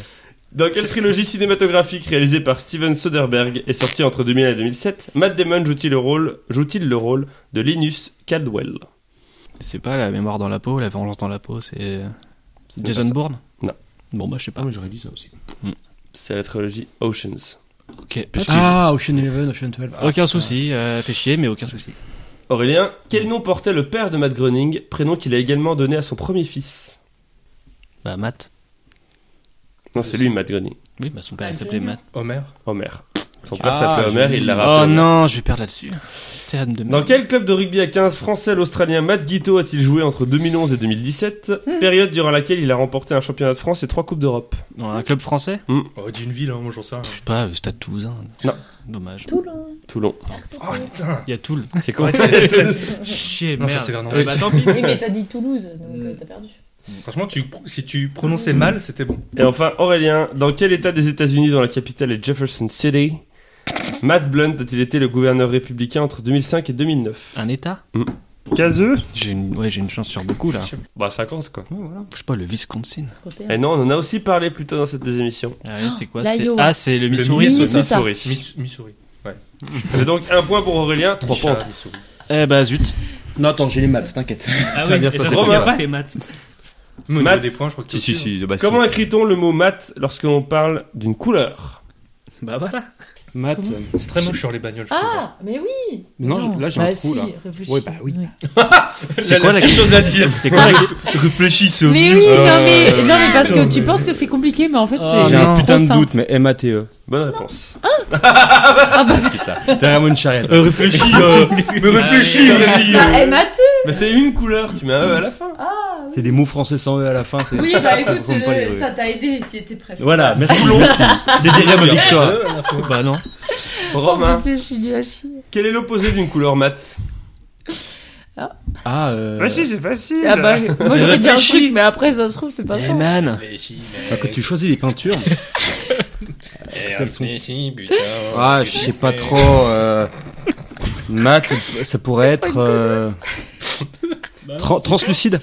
Dans quelle trilogie cinématographique réalisée par Steven Soderbergh et sortie entre 2000 et 2007, Matt Damon joue-t-il le rôle, joue-t-il le rôle de Linus Caldwell
C'est pas la mémoire dans la peau, la vengeance dans la peau, c'est
Ce n'est
Jason
pas ça.
Bourne
Non.
Bon, bah, je sais
Ah,
pas.
moi j'aurais dit ça aussi.
C'est la trilogie Oceans.
Ok.
Ah, Ocean Eleven, Ocean 12.
Aucun souci, euh, fait chier, mais aucun souci.
Aurélien, quel nom portait le père de Matt Groening, prénom qu'il a également donné à son premier fils
Bah, Matt.
Non, c'est lui, Matt Groening.
Oui, bah, son père, il
Ah,
s'appelait
génial.
Matt.
Homer.
Homer. Son père s'appelait Homer, il l'a rappelé.
Oh
Homer.
non, je vais perdre là-dessus. C'était Anne de
Dans quel club de rugby à 15 français l'Australien Matt Guito a-t-il joué entre 2011 et 2017 Période durant laquelle il a remporté un championnat de France et trois Coupes d'Europe.
Dans un club français
Oh, d'une ville, hein, moi j'en sais rien.
Je sais pas, euh, Stade Toulousain.
Non.
Dommage.
Toulon.
Toulon.
Oh putain
Il y a Toul.
C'est quoi
Chier,
Non,
merde.
ça, c'est Vernon.
Ouais, bah, tant pis.
Oui, mais t'as dit Toulouse, donc euh, t'as perdu.
Franchement, tu, si tu prononçais mal, c'était bon.
Et enfin, Aurélien, dans quel état des États-Unis, dont la capitale est Jefferson City, Matt Blunt a-t-il été le gouverneur républicain entre 2005 et 2009
Un état
15
J'ai une... Ouais, j'ai une chance sur beaucoup, là.
Bah 50 quoi.
Je sais pas, le Wisconsin.
hein.
Eh,
Côté
Et non, on en a aussi parlé plus tôt dans cette émission.
Ah, oui, c'est quoi
Oh,
c'est-
l'Iowa.
Ah, c'est le Missouri.
Minnesota.
ça.
Miss- Missouri.
C'est donc un point pour Aurélien, trois points.
Richard, Missouri.
Eh bah, zut.
Non, attends, j'ai les maths, t'inquiète.
Ah
va bien se
et ça
passer.
se revient
Romain.
pas, les maths.
Mais au
Matt.
niveau des points, je crois que
Si,
t'es
si,
au-dessus,
si. Bah,
Comment écrit-on le mot mat lorsque l'on parle d'une couleur
Bah voilà.
Maths.
Comment
hein. C'est très moche sur les bagnoles, je hein. te vois.
Ah, mais oui
Mais non, là, j'ai un
bah
trou,
si,
là.
réfléchis.
Ouais, bah oui.
C'est quoi la
quelque chose à dire.
C'est quoi la
Réfléchissez au
Mais oui, non mais,
Euh,
non, mais parce
putain,
que tu
mais-
penses que c'est compliqué, mais en fait,
Oh,
c'est.
Ah, J'ai un
non.
trop
putain de
simple.
doute, mais M-A-T-E.
Bonne réponse.
T'es vraiment une charrette.
Euh, réfléchis, euh, mais réfléchis, vas-y. euh.
Ah, eh, Matt
Mais c'est une couleur, tu mets un E à la fin.
Ah,
C'est des mots français sans E à la fin. c'est-
Oui, bah écoute,
comprends pas les
euh,
rues.
ça t'a aidé, tu étais presque.
Voilà, merci. merci. J'ai dit rien ma victoire.
Bah non.
Romain,
Dieu, je suis du à chier.
quel est l'opposé d'une couleur mat
Ah, euh.
c'est facile.
Ah bah, moi j'aurais dit un truc, mais après, ça se trouve, c'est
Ah,
pas
Eh
ça.
man.
bah, quand tu choisis les peintures.
Ah,
Ah, je sais pas trop. Euh... Maths, ça pourrait être. Euh... tran- translucide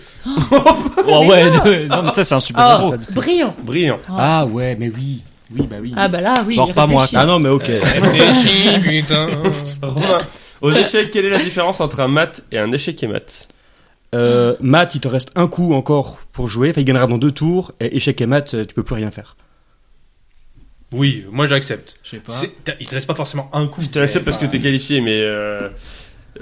Oh ouais, non. non, mais ça c'est un super
Oh,
héros.
brillant.
Brillant.
Ah, ouais, mais oui. Oui, bah oui.
Ah bah là, oui.
Genre pas moi.
réfléchis.
Ah non, mais ok.
Réfléchis, putain.
Romain, aux échecs, quelle est la différence entre un mat et un échec et mat
Euh, Matt, il te reste un coup encore pour jouer. Enfin, il gagnera dans deux tours. Et échec et Matt, euh, tu peux plus rien faire.
Oui, moi j'accepte.
Je sais pas.
C'est- t'as- Il te reste pas forcément un
Ah,
coup.
Je te l'accepte
mais,
parce que t'es qualifié, mais euh,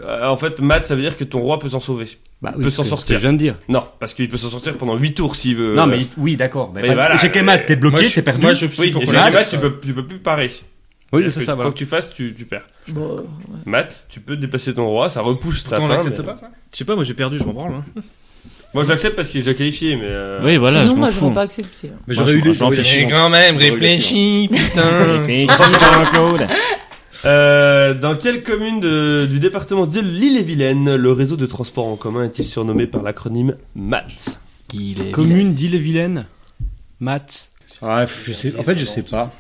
euh, en fait, mat, ça veut dire que ton roi peut s'en sauver.
Bah,
Peut
c'est
s'en
ce que-
sortir.
ce que je viens de dire.
Non, parce qu'il peut s'en sortir pendant 8 tours s'il veut. euh,
Non, mais il- oui, d'accord. Mais
Mais
enfin,
voilà,
échec et Matt, t'es bloqué,
Moi, je-
t'es perdu.
moi, je suis
Oui,
pour
et
qu'on
c'est
arrête
mat,
ça.
tu peux, tu peux plus parer.
Oui,
C'est-à-dire
ça,
que
ça
Quoi
va.
que tu fasses, tu, tu perds.
Bon,
Matt, tu peux déplacer ton roi, ça repousse ta
Pourquoi on
fin,
l'accepte
mais-
pas, ça
Je sais pas, moi j'ai perdu, je m'en branle. hein.
Moi, j'accepte parce qu'il est déjà qualifié, mais. euh,
Oui, voilà,
Sinon,
je m'en
moi
fous.
j'aurais pas accepté.
hein.
là.
Mais j'aurais eu les.
j'en fais chier.
quand même, réfléchis, putain.
Euh, dans quelle commune de- du département de l'île-et-Vilaine le réseau de transport en commun est-il surnommé par l'acronyme MAT
Il est.
Commune d'Ille-et-Vilaine. Matt. Ah, je sais... En fait, je sais pas.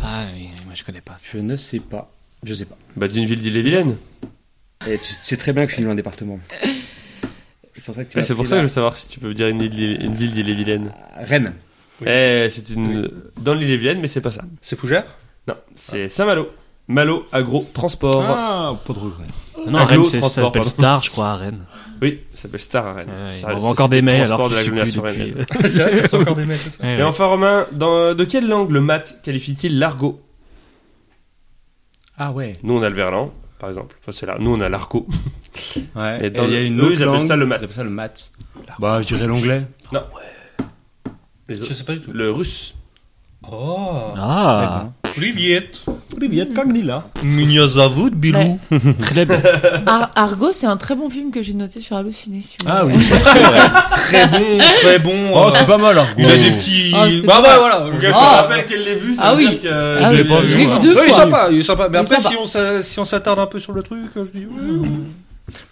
Ah oui, moi je connais pas.
Je ne sais pas. Je sais pas.
Bah, d'une ville d'île-et-Vilaine.
Et tu sais très bien que je suis loin département. C'est pour ça que tu
Eh,
m'as
c'est pour
pris
ça que je veux
la-
savoir si tu peux me dire une, île- une ville d'île-et-Vilaine.
Rennes.
Eh, c'est une. Dans l'île-et-Vilaine, mais c'est pas ça.
C'est Fougère
Non,
Ah.
c'est Saint-Malo. Malo Agro Transport.
Ah, pas de regret.
Non,
Un
Rennes,
globe
c'est- ça
Euh, transport,
s'appelle
pardon.
Star, je crois, à Rennes.
Oui, ça s'appelle Star à Rennes.
Ouais,
Ça-
on
ça,
voit encore
c'est
des
le
mails
transport
alors que
de
je suis plus
l'agglomération
depuis.
rennaise.
C'est vrai, tu reçois encore des mails.
Ouais, ouais.
Et enfin, Romain, dans- de quelle langue le MAT qualifie-t-il l'argot
Ah ouais.
Nous, on a le verlan, par exemple. Enfin, c'est là. Nous, on a l'argot.
Ouais.
Et dans
Et il y a
le-
une
eux,
autre
ils appellent
langue,
ça le maths.
ils appellent ça le maths. Bah, je dirais l'anglais.
Les
Je
autres-
sais pas du tout.
Le russe.
Oh,
Ah,
Juliette.
Privet, Kagnila.
Mignazavout, Bilou.
bah.
Club.
Bah, Ar- Argo, c'est un très bon film que j'ai noté sur Halluciné. si vous
Ah
voulez.
oui.
Très bon, très bon.
Oh,
euh,
c'est pas mal, hein.
Il a des petits.
Ah, c'était
bah,
pas-
bah, voilà.
Je te rappelle qu'elle l'ait vu, ça
Ah
veut
oui.
dire que
Ah
je
oui,
l'ai pas
je
vu,
l'ai
moi.
vu deux
Ouais, il est
fois.
sympa, il est sympa. Mais
Il est
après,
sympa.
si on s'a- si on s'attarde un peu sur le truc, je dis. oui.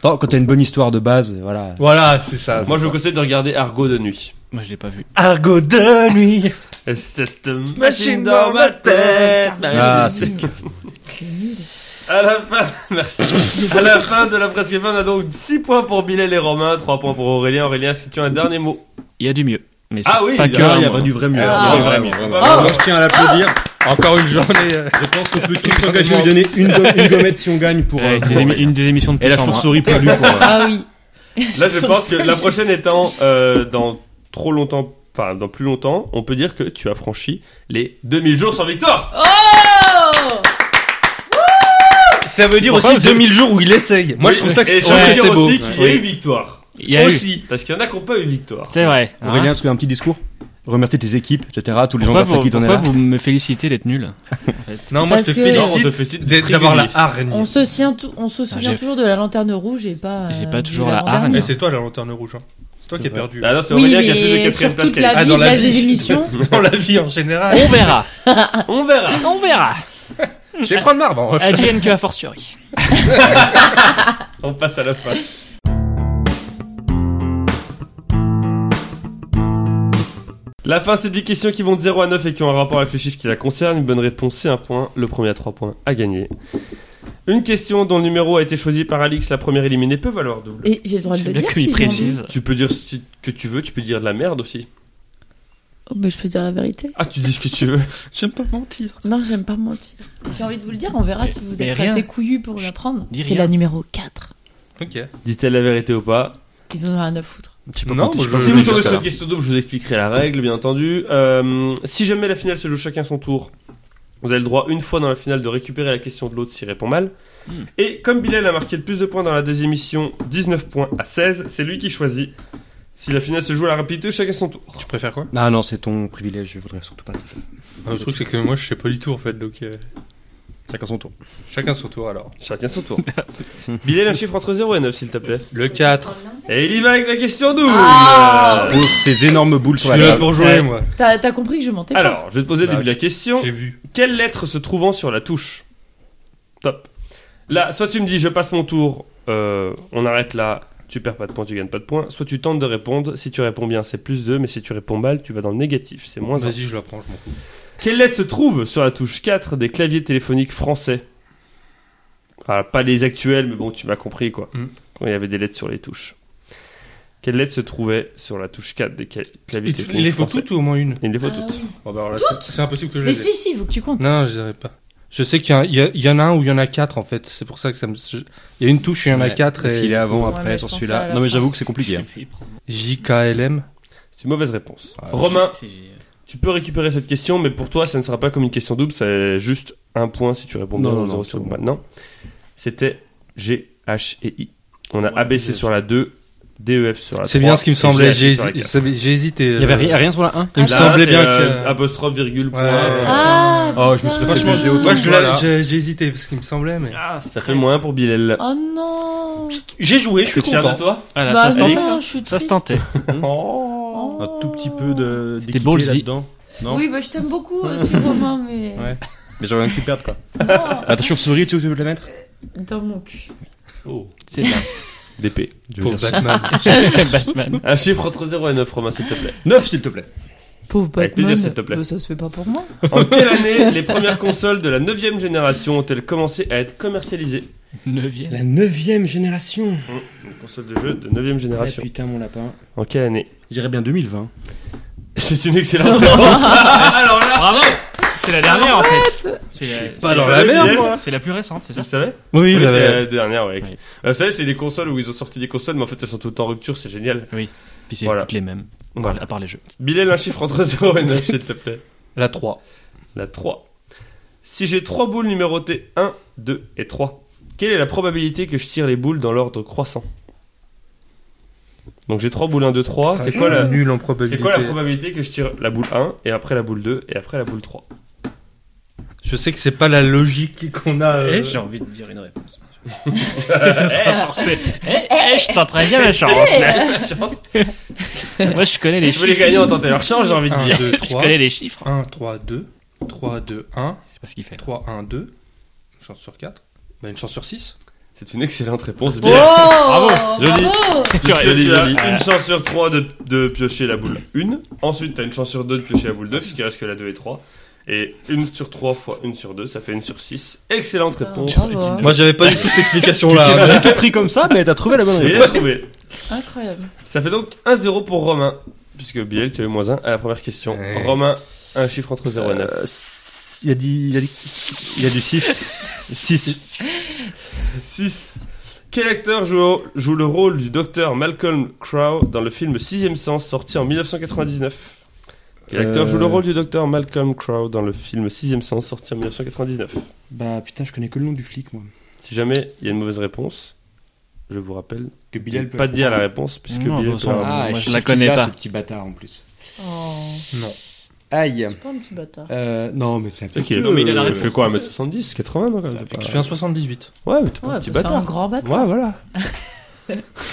oh,
Non, quand t'as une bonne histoire de base, voilà.
Voilà, c'est ça.
Moi, je vous conseille de regarder Argo de nuit.
Moi je l'ai pas vu.
Argot de nuit.
Cette machine dans ma tête.
Ah,
c'est nul. C'est nul.
À la fin, merci. À la fin de la presque fin, on a donc 6 points pour Bilal et Romain, 3 points pour Aurélien. Aurélien, est-ce que tu as un dernier mot
Il y a du mieux. Mais
Ah
c'est
oui,
pas
il y
que.
a-
un
il y a
mot.
vrai du vrai mieux.
Ah.
Il y a vrai mieux.
Oh.
Moi, je tiens à l'applaudir.
Encore une journée. euh,
Je pense qu'on peut tous s'engager à lui donner une, go- une gommette si on gagne pour.
Ouais,
euh,
des émi- une des émissions de
Et
plus
la
en moins.
chauve-souris poilue pour. euh,
Ah oui.
Là, je pense que la prochaine étant euh, dans trop longtemps, enfin dans plus longtemps, on peut dire que tu as franchi les 2000 jours sans victoire.
Oh
Ça veut dire
Pourquoi
aussi 2000 jours où il essaye. Moi, je trouve ça que
Et
c'est
ça veut
ouais,
dire
c'est beau.
aussi qu'il y a eu victoire.
Il y a eu-
Aussi.
Parce qu'il y en a qui n'ont pas eu victoire.
C'est vrai. hein.
Aurélien, est-ce que tu as un petit discours Remercier tes équipes, etc. Tous les gens
pourquoi
grâce à
vous,
qui t'en es
pourquoi
là.
vous me félicitez d'être nul
Non, moi, je te
Parce que-
Non, on te
félicite
félicite de
d'être- d'avoir la
privilégier.
hargne.
On se, souvient tou- on se
Ah,
souvient
j'ai-
toujours de la lanterne rouge et pas. euh,
J'ai pas
de
toujours la
l'avant-dernière.
hargne.
Eh, c'est toi la lanterne rouge. hein. C'est toi qui as perdu.
Ah non, c'est
Oui,
Aurélien qui a plus de
mais
quatrième
sur
place
toute
qu'elle.
la
Ah,
vie,
dans
il y a
la vie.
des émissions.
Dans la vie en général.
On verra.
Ah On verra.
On verra.
Je vais prendre ma
Ah,
revanche.
Advienne que a fortiori.
On passe à la fin. La fin, c'est des questions qui vont de 0 à 9 et qui ont un rapport avec le chiffre qui la concerne. Une bonne réponse, c'est un point. Le premier à 3 points à gagner. Une question dont le numéro a été choisi par Alix, la première éliminée, peut valoir double.
Et j'ai le droit de
J'aime
le
bien
dire.
qu'il
si j'ai
précise.
Tu peux dire ce que tu veux, tu peux dire de la merde aussi.
envie. Oh, mais je peux dire la vérité.
Ah, tu dis ce que tu veux.
J'aime pas mentir.
Non, j'aime pas mentir. J'ai envie de vous le dire, on verra si vous
mais
êtes
rien.
assez couillu pour l'apprendre.
dis
C'est
rien.
la numéro 4.
Ok.
Dit-elle la vérité ou pas
Ils en ont rien à foutre.
Non, moi,
Si
je.
vous tombez sur cette question double, je vous expliquerai la règle, bien entendu. Euh, si jamais la finale se joue chacun son tour, vous avez le droit une fois dans la finale de récupérer la question de l'autre s'il répond mal. Et comme Bilal a marqué le plus de points dans la deuxième émission, 19 points à 16, c'est lui qui choisit. Si la finale se joue à la rapidité, chacun son tour.
Tu préfères quoi
Ah non, c'est ton privilège, je voudrais surtout pas. te faire.
Ah, Le truc, c'est que moi, je sais pas du tout en fait. Donc, euh,
Chacun son tour.
chacun son tour alors.
Chacun son tour. Bilal, un chiffre entre 0 et 9, s'il te plaît.
Le 4.
Et il y va avec la question double
Ah
Euh,
Pose ces énormes boules
Je
sur la
suis là
table.
pour jouer, moi.
T'as t'as compris que je mentais pas
Alors, je vais te poser le
Bah,
début de la question.
J'ai vu.
Quelle lettre se trouvant sur la touche Top. Là, soit tu me dis je passe mon tour, euh, on arrête là, tu perds pas de points, tu gagnes pas de points. Soit tu tentes de répondre, si tu réponds bien c'est plus 2, mais si tu réponds mal, tu vas dans le négatif, c'est moins 1.
Vas-y, je la prends, je m'en fous.
Quelle lettre se trouve sur la touche 4 des claviers téléphoniques français Ah, Pas les actuels, mais bon, tu m'as compris quoi.
Mm.
Quand il y avait des lettres sur les touches. Quelle lettre se trouvait sur la touche 4 des ca- claviers
Il tu- il
téléphoniques
les faut
français
toutes ou au moins une
Il les faut
Ah
toutes.
oui.
Bon, bah, alors là, c'est c'est impossible que je
Mais
les ai.
si, si, faut que tu comptes.
Non, je dirais pas. Je sais qu'il y, a- il y a- il y en a un ou il y en a quatre en fait. C'est pour ça que ça me. je- Il y a une touche, il y en a
Ouais,
quatre.
Est-ce qu'il est
Et...
avant,
Ouais, mais
après,
je
sur
pense à
celui-là
la
Non, mais
fin.
j'avoue que c'est compliqué. hein.
JKLM.
C'est une mauvaise réponse.
Ah,
Romain, Tu peux récupérer cette question, mais pour toi, ça ne sera pas comme une question double, c'est juste un point si tu réponds bien
Non,
au
non,
zéro
c'est
sur le
bon.
pas. Non. C'était G, H et I. On a ABC sur la 2, DEF sur la 3.
C'est bien ce qui me
Ah, et
semblait.
GH
J'ai
sur la
hési-
quatre.
c'est- j'ai hésité.
Il y avait rien, rien sur la 1
Il me
Là,
semblait
c'est,
bien
euh,
que.
Apostrophe, virgule, point.
Ouais.
Ah
Oh, je me serais
putain.
fait plaisir
Euh, Moi, je
Voilà.
l'ai- j'ai j'ai hésité parce qu'il me semblait, mais.
Ah, Ça fait moins pour Bilal.
Oh non
J'ai joué, je
T'es
suis
fier de
content.
toi
Voilà,
Bah
Ah ça se
non,
tentait.
je suis
Ça se
triste.
tentait.
oh.
Hein
Oh.
Un tout petit peu de.
C'était
d'équité
ballsy.
là-dedans. non
Oui, bah je t'aime beaucoup aussi, Romain, mais.
Ouais. Mais j'aurais rien pu perdre quoi.
Non,
Ah, ta chauve-souris, tu sais où tu veux te la mettre
Dans mon cul.
Oh.
C'est bien.
DP.
Pour Batman.
Batman.
Un chiffre entre 0 et 9, Romain, s'il te plaît.
9 s'il te plaît.
Pauvre Batman.
Avec plaisir, s'il te plaît.
Bah, ça se fait pas pour moi.
En quelle année les premières consoles de la 9ème génération ont-elles commencé à être commercialisées
Neuvième.
La 9ème génération.
Une console de jeu de 9ème génération.
putain, mon lapin.
En quelle année
J'irais bien 2020.
C'est une excellente réponse. Alors là,
Bravo C'est la dernière en fait. C'est
Ah, pas
c'est-
dans la merde, moi.
C'est la plus récente, c'est
tu
ça
le savais
Oui,
Oui,
il
c'est
avait.
la dernière, ouais.
Oui.
Euh, vous savez, c'est des consoles où ils ont sorti des consoles, mais en fait, elles sont toutes en rupture, c'est génial.
Puis c'est
Voilà.
toutes les mêmes.
Voilà.
À part les jeux.
Bilal, un chiffre entre 0 et 9, s'il te plaît.
La 3.
La 3. Si j'ai 3 boules numérotées 1, 2 et 3, quelle est la probabilité que je tire les boules dans l'ordre croissant Donc j'ai 3 boules 1, 2, 3. C'est quoi la...
Nul en
C'est quoi la
probabilité.
probabilité que je tire la boule 1 et après la boule 2 et après la boule 3
Je sais que c'est pas la logique qu'on a. euh,
Eh, j'ai envie de dire une réponse. ça sera forcé. Eh, eh, eh. je tenterai bien ma chance. là. Moi, je connais les
Je veux les
chiffres.
gagnants tenter leur chance, j'ai envie de
1,
dire.
2,
Je
3.
connais les chiffres.
1, 3, 2. 3, 2, 1.
Je sais pas ce qu'il fait.
3, 1, 2. Une chance sur 4. Bah, une chance sur 6.
C'est une excellente réponse de
Oh
Bilal.
Joli
Puisque
Joli,
tu
joli.
as une chance sur 3 de, de piocher la boule 1. Ensuite, tu as une chance sur 2 de piocher la boule 2, puisqu'il reste que la 2 et 3. Et 1 sur 3 fois 1 sur 2, ça fait 1 sur 6. Excellente réponse.
Ah, bravo.
Moi, j'avais pas du tout cette explication
Tu
Oh là.
l'as tout pris comme ça, mais t'as trouvé la bonne
Et
réponse.
il a trouvé.
Incroyable.
Ça fait donc 1-0 pour Romain. puisque Biel, tu as eu moins 1 à la première question.
Ouais.
Romain, un chiffre entre 0 et 9.
Euh, s- Il y a dit- il y a dit- il y a du 6. 6.
6. Quel acteur joue, au- joue le rôle du docteur Malcolm Crowe dans le film Sixième Sens sorti en 1999 Quel acteur
Euh.
joue le rôle du docteur Malcolm Crowe dans le film Sixième Sens sorti en 1999
Bah putain, je connais que le nom du flic, moi.
Si jamais il y a une mauvaise réponse, je vous rappelle,
Que
de ne pas dire la réponse puisque
Non,
Bilal
bon
peut
sang.
avoir-
Ah,
Ah,
moi, je
je
la
la
connais
connais pas.
pas.
Ce petit bâtard en plus.
Oh,
Non.
Aïe.
c'est pas un petit bâtard.
Euh, non, mais c'est un peu.
Ah,
Ok, non, mais il a la réponse. Il fait quoi 1m70 80 non, quand même, c'est
Je
pas-
fais un 78.
Ouais, mais t'es pas
Ouais,
un petit
bah, c'est un
bâtard.
grand bâtard.
Ouais, voilà.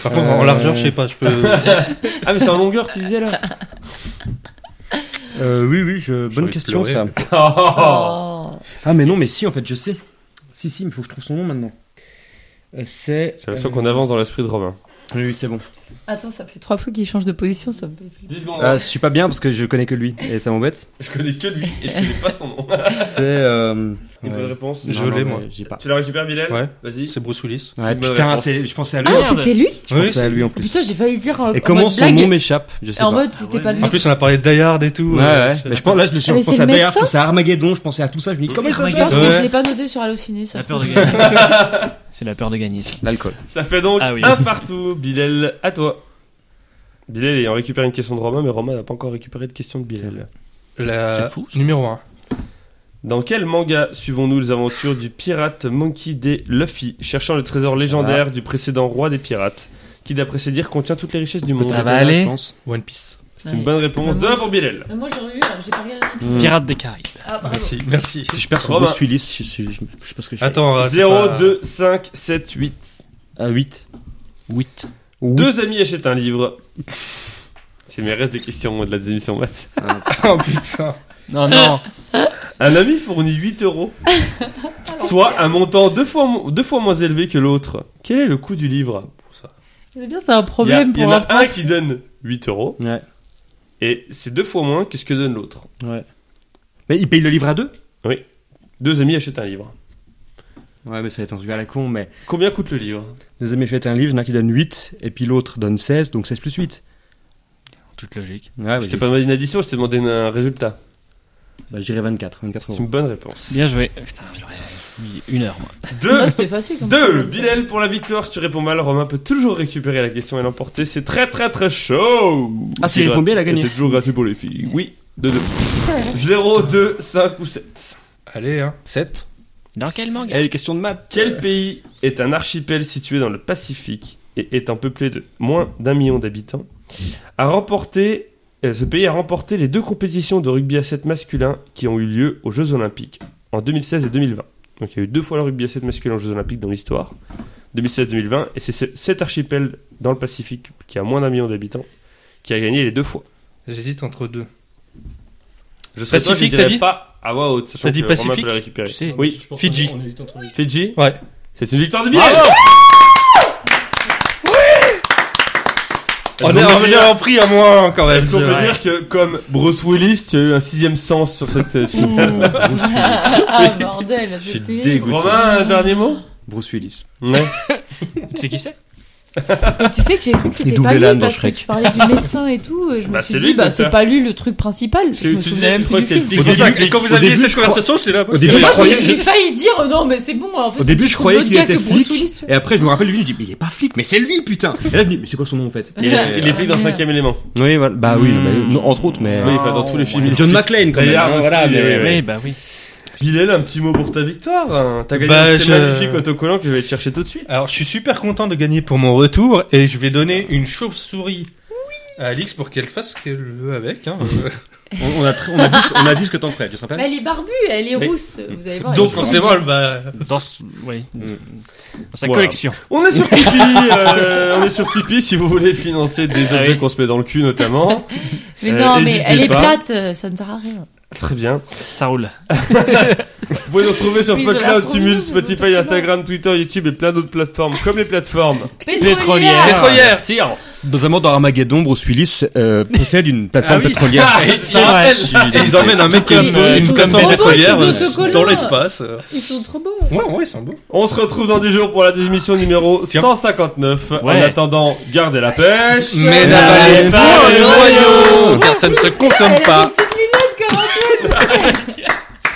Par contre, en
Euh,
largeur, je sais pas, je peux.
Ah, mais c'est en longueur que tu disais là
Euh, oui, oui, je...
envie
bonne
de
question ça.
pleurer.
Oh.
Ah, mais non, mais si, en fait, je sais. Si, si, il faut que je trouve son nom maintenant. Euh, c'est.
J'ai l'impression qu'on avance dans l'esprit de Romain.
Oui, oui, c'est bon.
Attends, ça fait trois fois qu'il change de position, ça me fait.
10 secondes.
Ah, je suis pas bien parce que je connais que lui et ça m'embête.
Je connais que lui et je connais pas son nom.
C'est. Euh...
Une bonne réponse.
Je l'ai, moi.
J'ai pas.
Tu la récupères, Bilal
Ouais.
Vas-y.
C'est Bruce Willis.
C'est
Ouais,
une bonne
putain,
réponse.
c'est... je pensais à lui.
Ah,
Merde.
c'était lui
Je pensais à lui en plus.
Putain, j'ai failli dire. euh,
Et
en
comment
mode
son
blague.
nom m'échappe Je sais
En
pas.
mode, c'était
ouais,
pas le
En
mec.
plus, on a parlé de Die Hard et tout.
Ouais,
euh,
ouais. Mais je pense là, je, je
Ah, mais
pensais
c'est
à
le
Die Hard, je
médecin
pensais à Armageddon, je pensais à tout ça. Je me dis comment il
Je
s'appelle
pense que je
Ouais.
l'ai pas noté sur Allociné. Ça
La
se
peur de
trouve.
gagner. C'est la peur de gagner.
L'alcool.
Ça fait donc
Ah oui.
un partout. Bilal, à toi. Bilal ayant récupéré une question de Romain, mais Romain n'a pas encore récupéré de question de Bilal.
La...
C'est fou, ça.
Numéro 1.
Dans quel manga suivons-nous les aventures du pirate Monkey D. Luffy, cherchant le trésor
Ça
légendaire du précédent roi des pirates, qui d'après ses dires contient toutes les richesses du monde
Ça va aller.
One Piece.
C'est une
Ouais.
bonne réponse.
Maman.
Deux pour Bilal.
Mais Moi, j'aurais eu, hein, j'ai pas regardé.
Mmh.
Pirates des Caraïbes.
Ah, bravo.
Merci, merci.
Si je perds sur
Oh,
Romain.
bah.
Bruce Willis, je, je, je, je sais pas ce que je fais.
Attends, euh, c'est
0,
pas-
2, 5, 7, 8.
À 8.
8.
Deux amis achètent un livre. C'est mes restes des questions moi, de la démission maths.
Oh putain.
Non, non.
Un ami fournit 8 euros, soit un montant deux fois, mo- deux fois moins élevé que l'autre. Quel est le coût du livre
C'est bien, c'est un
Il y, a-
problème
il y en
pour un.
a un qui donne 8 euros,
Ouais.
et c'est deux fois moins que ce que donne l'autre.
Mais il paye le livre à deux
Deux amis achètent un livre.
Ouais, mais ça va être un truc à la con, mais.
Combien coûte le livre
Nos amis achètent un livre, il y en a un qui donne 8, et puis l'autre donne 16, donc 16 plus 8.
Toute logique.
Ouais, bah,
Je t'ai
j'ai-
pas demandé une addition, je t'ai demandé un- un résultat.
bah, j'irai 24. 24
C'est
euros.
une bonne réponse.
Bien joué. Putain, j'aurais mis une heure, moi.
Deux
Bah,
Non, Ah, c'était facile. comme ça.
2, Bilal pour la victoire, si tu réponds mal, Romain peut toujours récupérer la question et l'emporter, c'est très très très chaud
Ah, s'il
C'est
répond bien, il a
grat-
gagné.
et C'est toujours gratuit pour les filles, oui, 2, 2. 0, 2, 5 ou 7.
Allez, hein. 7.
Dans quel manga
Eh, les questions de maths
Quel pays est un archipel situé dans le Pacifique et étant peuplé de moins d'un million d'habitants a remporté, euh, Ce pays a remporté les deux compétitions de rugby à 7 masculin qui ont eu lieu aux Jeux Olympiques en 2016 et 2020. Donc il y a eu deux fois le rugby à 7 masculin aux Jeux Olympiques dans l'histoire, 2016-2020, et c'est ce- cet archipel dans le Pacifique qui a moins d'un million d'habitants qui a gagné les deux fois.
J'hésite entre deux.
Je serais toi, je
Pacifique,
dirais
t'as dit
pas à voix haute. sachant
T'as dit
que Romain
Pacifique
peut la récupérer.
Tu sais.
Oui,
Fidji.
Fidji
Ouais.
C'est une victoire de Bilal
On est
Est-ce qu'on peut dire-
revenu en prix à moins quand même.
Est-ce qu'on peut
Ouais.
dire que, comme Bruce Willis, tu as eu un sixième sens sur cette euh, finale
Ah, bordel,
Je suis
c'était-
dégoûté.
Romain, un dernier mot
Bruce Willis.
Ouais.
Tu sais qui Eh, c'est
Mais tu sais que j'ai cru que
Et
c'était
double
pas lui
élan dans
parce que
Shrek.
tu parlais du médecin et tout. et je me
Bah, c'est
suis
lui,
dit,
le
bah, c'est
docteur.
pas lui le truc principal.
Tu-
Je me
tu
souvenais
disais-
même
je crois
plus
que
du
c'était
film.
le
C'est pour ça que
début,
quand vous
au
aviez
début,
cette
je crois-
conversation, j'étais là.
Au début,
Mais
je
moi,
croyais-
j'ai-
je-
j'ai failli dire oh non, mais c'est bon. En fait,
Au début,
tu
je
trouves
croyais
d'autres
qu'il
gars
était
que Bruce
flic,
Willis, tu vois.
et après, je me rappelle le livre, je dis, mais il est pas flic, mais c'est lui, putain Et là, je me dis, mais c'est quoi son nom, en fait
Il est, il est flic dans le cinquième élément.
Oui, voilà, bah oui,
Mm.
bah, non, entre autres, mais...
Ah Oui, enfin, dans tous les films. il est
John
flic.
McClane, quand même.
D'ailleurs,
hein,
aussi,
voilà, mais-
euh,
Oui, bah oui.
Bilal, un petit mot pour ta victoire. hein. T'as gagné
Bah,
un
je-
magnifique autocollant que je vais te chercher tout de suite.
Alors, je suis super content de gagner pour mon retour et je vais donner une chauve-souris à Alix pour qu'elle fasse ce qu'elle veut avec. Hein.
On, on a tr- on a dit, ce- on a dit ce que t'en ferais, tu te
Mais
rappelles
elle est barbue, elle est
Oui.
rousse, vous allez voir.
Donc,
elle est
forcément, elle va.
Dans, ce- oui. Dans sa
Voilà.
collection.
On est sur Tipeee. euh, on est sur Tipeee si vous voulez financer des
Ah
objets
oui.
qu'on se met dans le cul notamment.
Mais
Euh,
non, mais
hésitez
elle est
pas.
plate, euh, ça ne sert à rien.
Très bien.
Ça roule.
Vous pouvez nous retrouver sur
Oui, je la
PodCloud,
trouve
Tumul,
mignonne, ces
Spotify,
autocollants.
Instagram, Twitter, YouTube et plein d'autres plateformes comme les plateformes
Pétrolière
Ah,
Pétrolière.
pétrolières. Sire.
notamment dans Armageddon, Bruce Willis euh, possède une plateforme
Ah oui.
pétrolière.
C'est vrai.
Et ils emmènent un mec
Tout
comme
comme-
euh,
ils
une
sont
comme
trop beaux,
pétrolière
ces
euh,
autocollants.
dans l'espace. euh.
Ils sont trop beaux.
Ouais, ouais, ils sont beaux.
On se retrouve dans 10 jours pour la émission numéro 159. En
Ouais.
attendant, gardez la pêche.
Mais n'avalez pas le noyau, car ça ne se consomme
Elle a
pas.
des petites lunettes comme Antoine.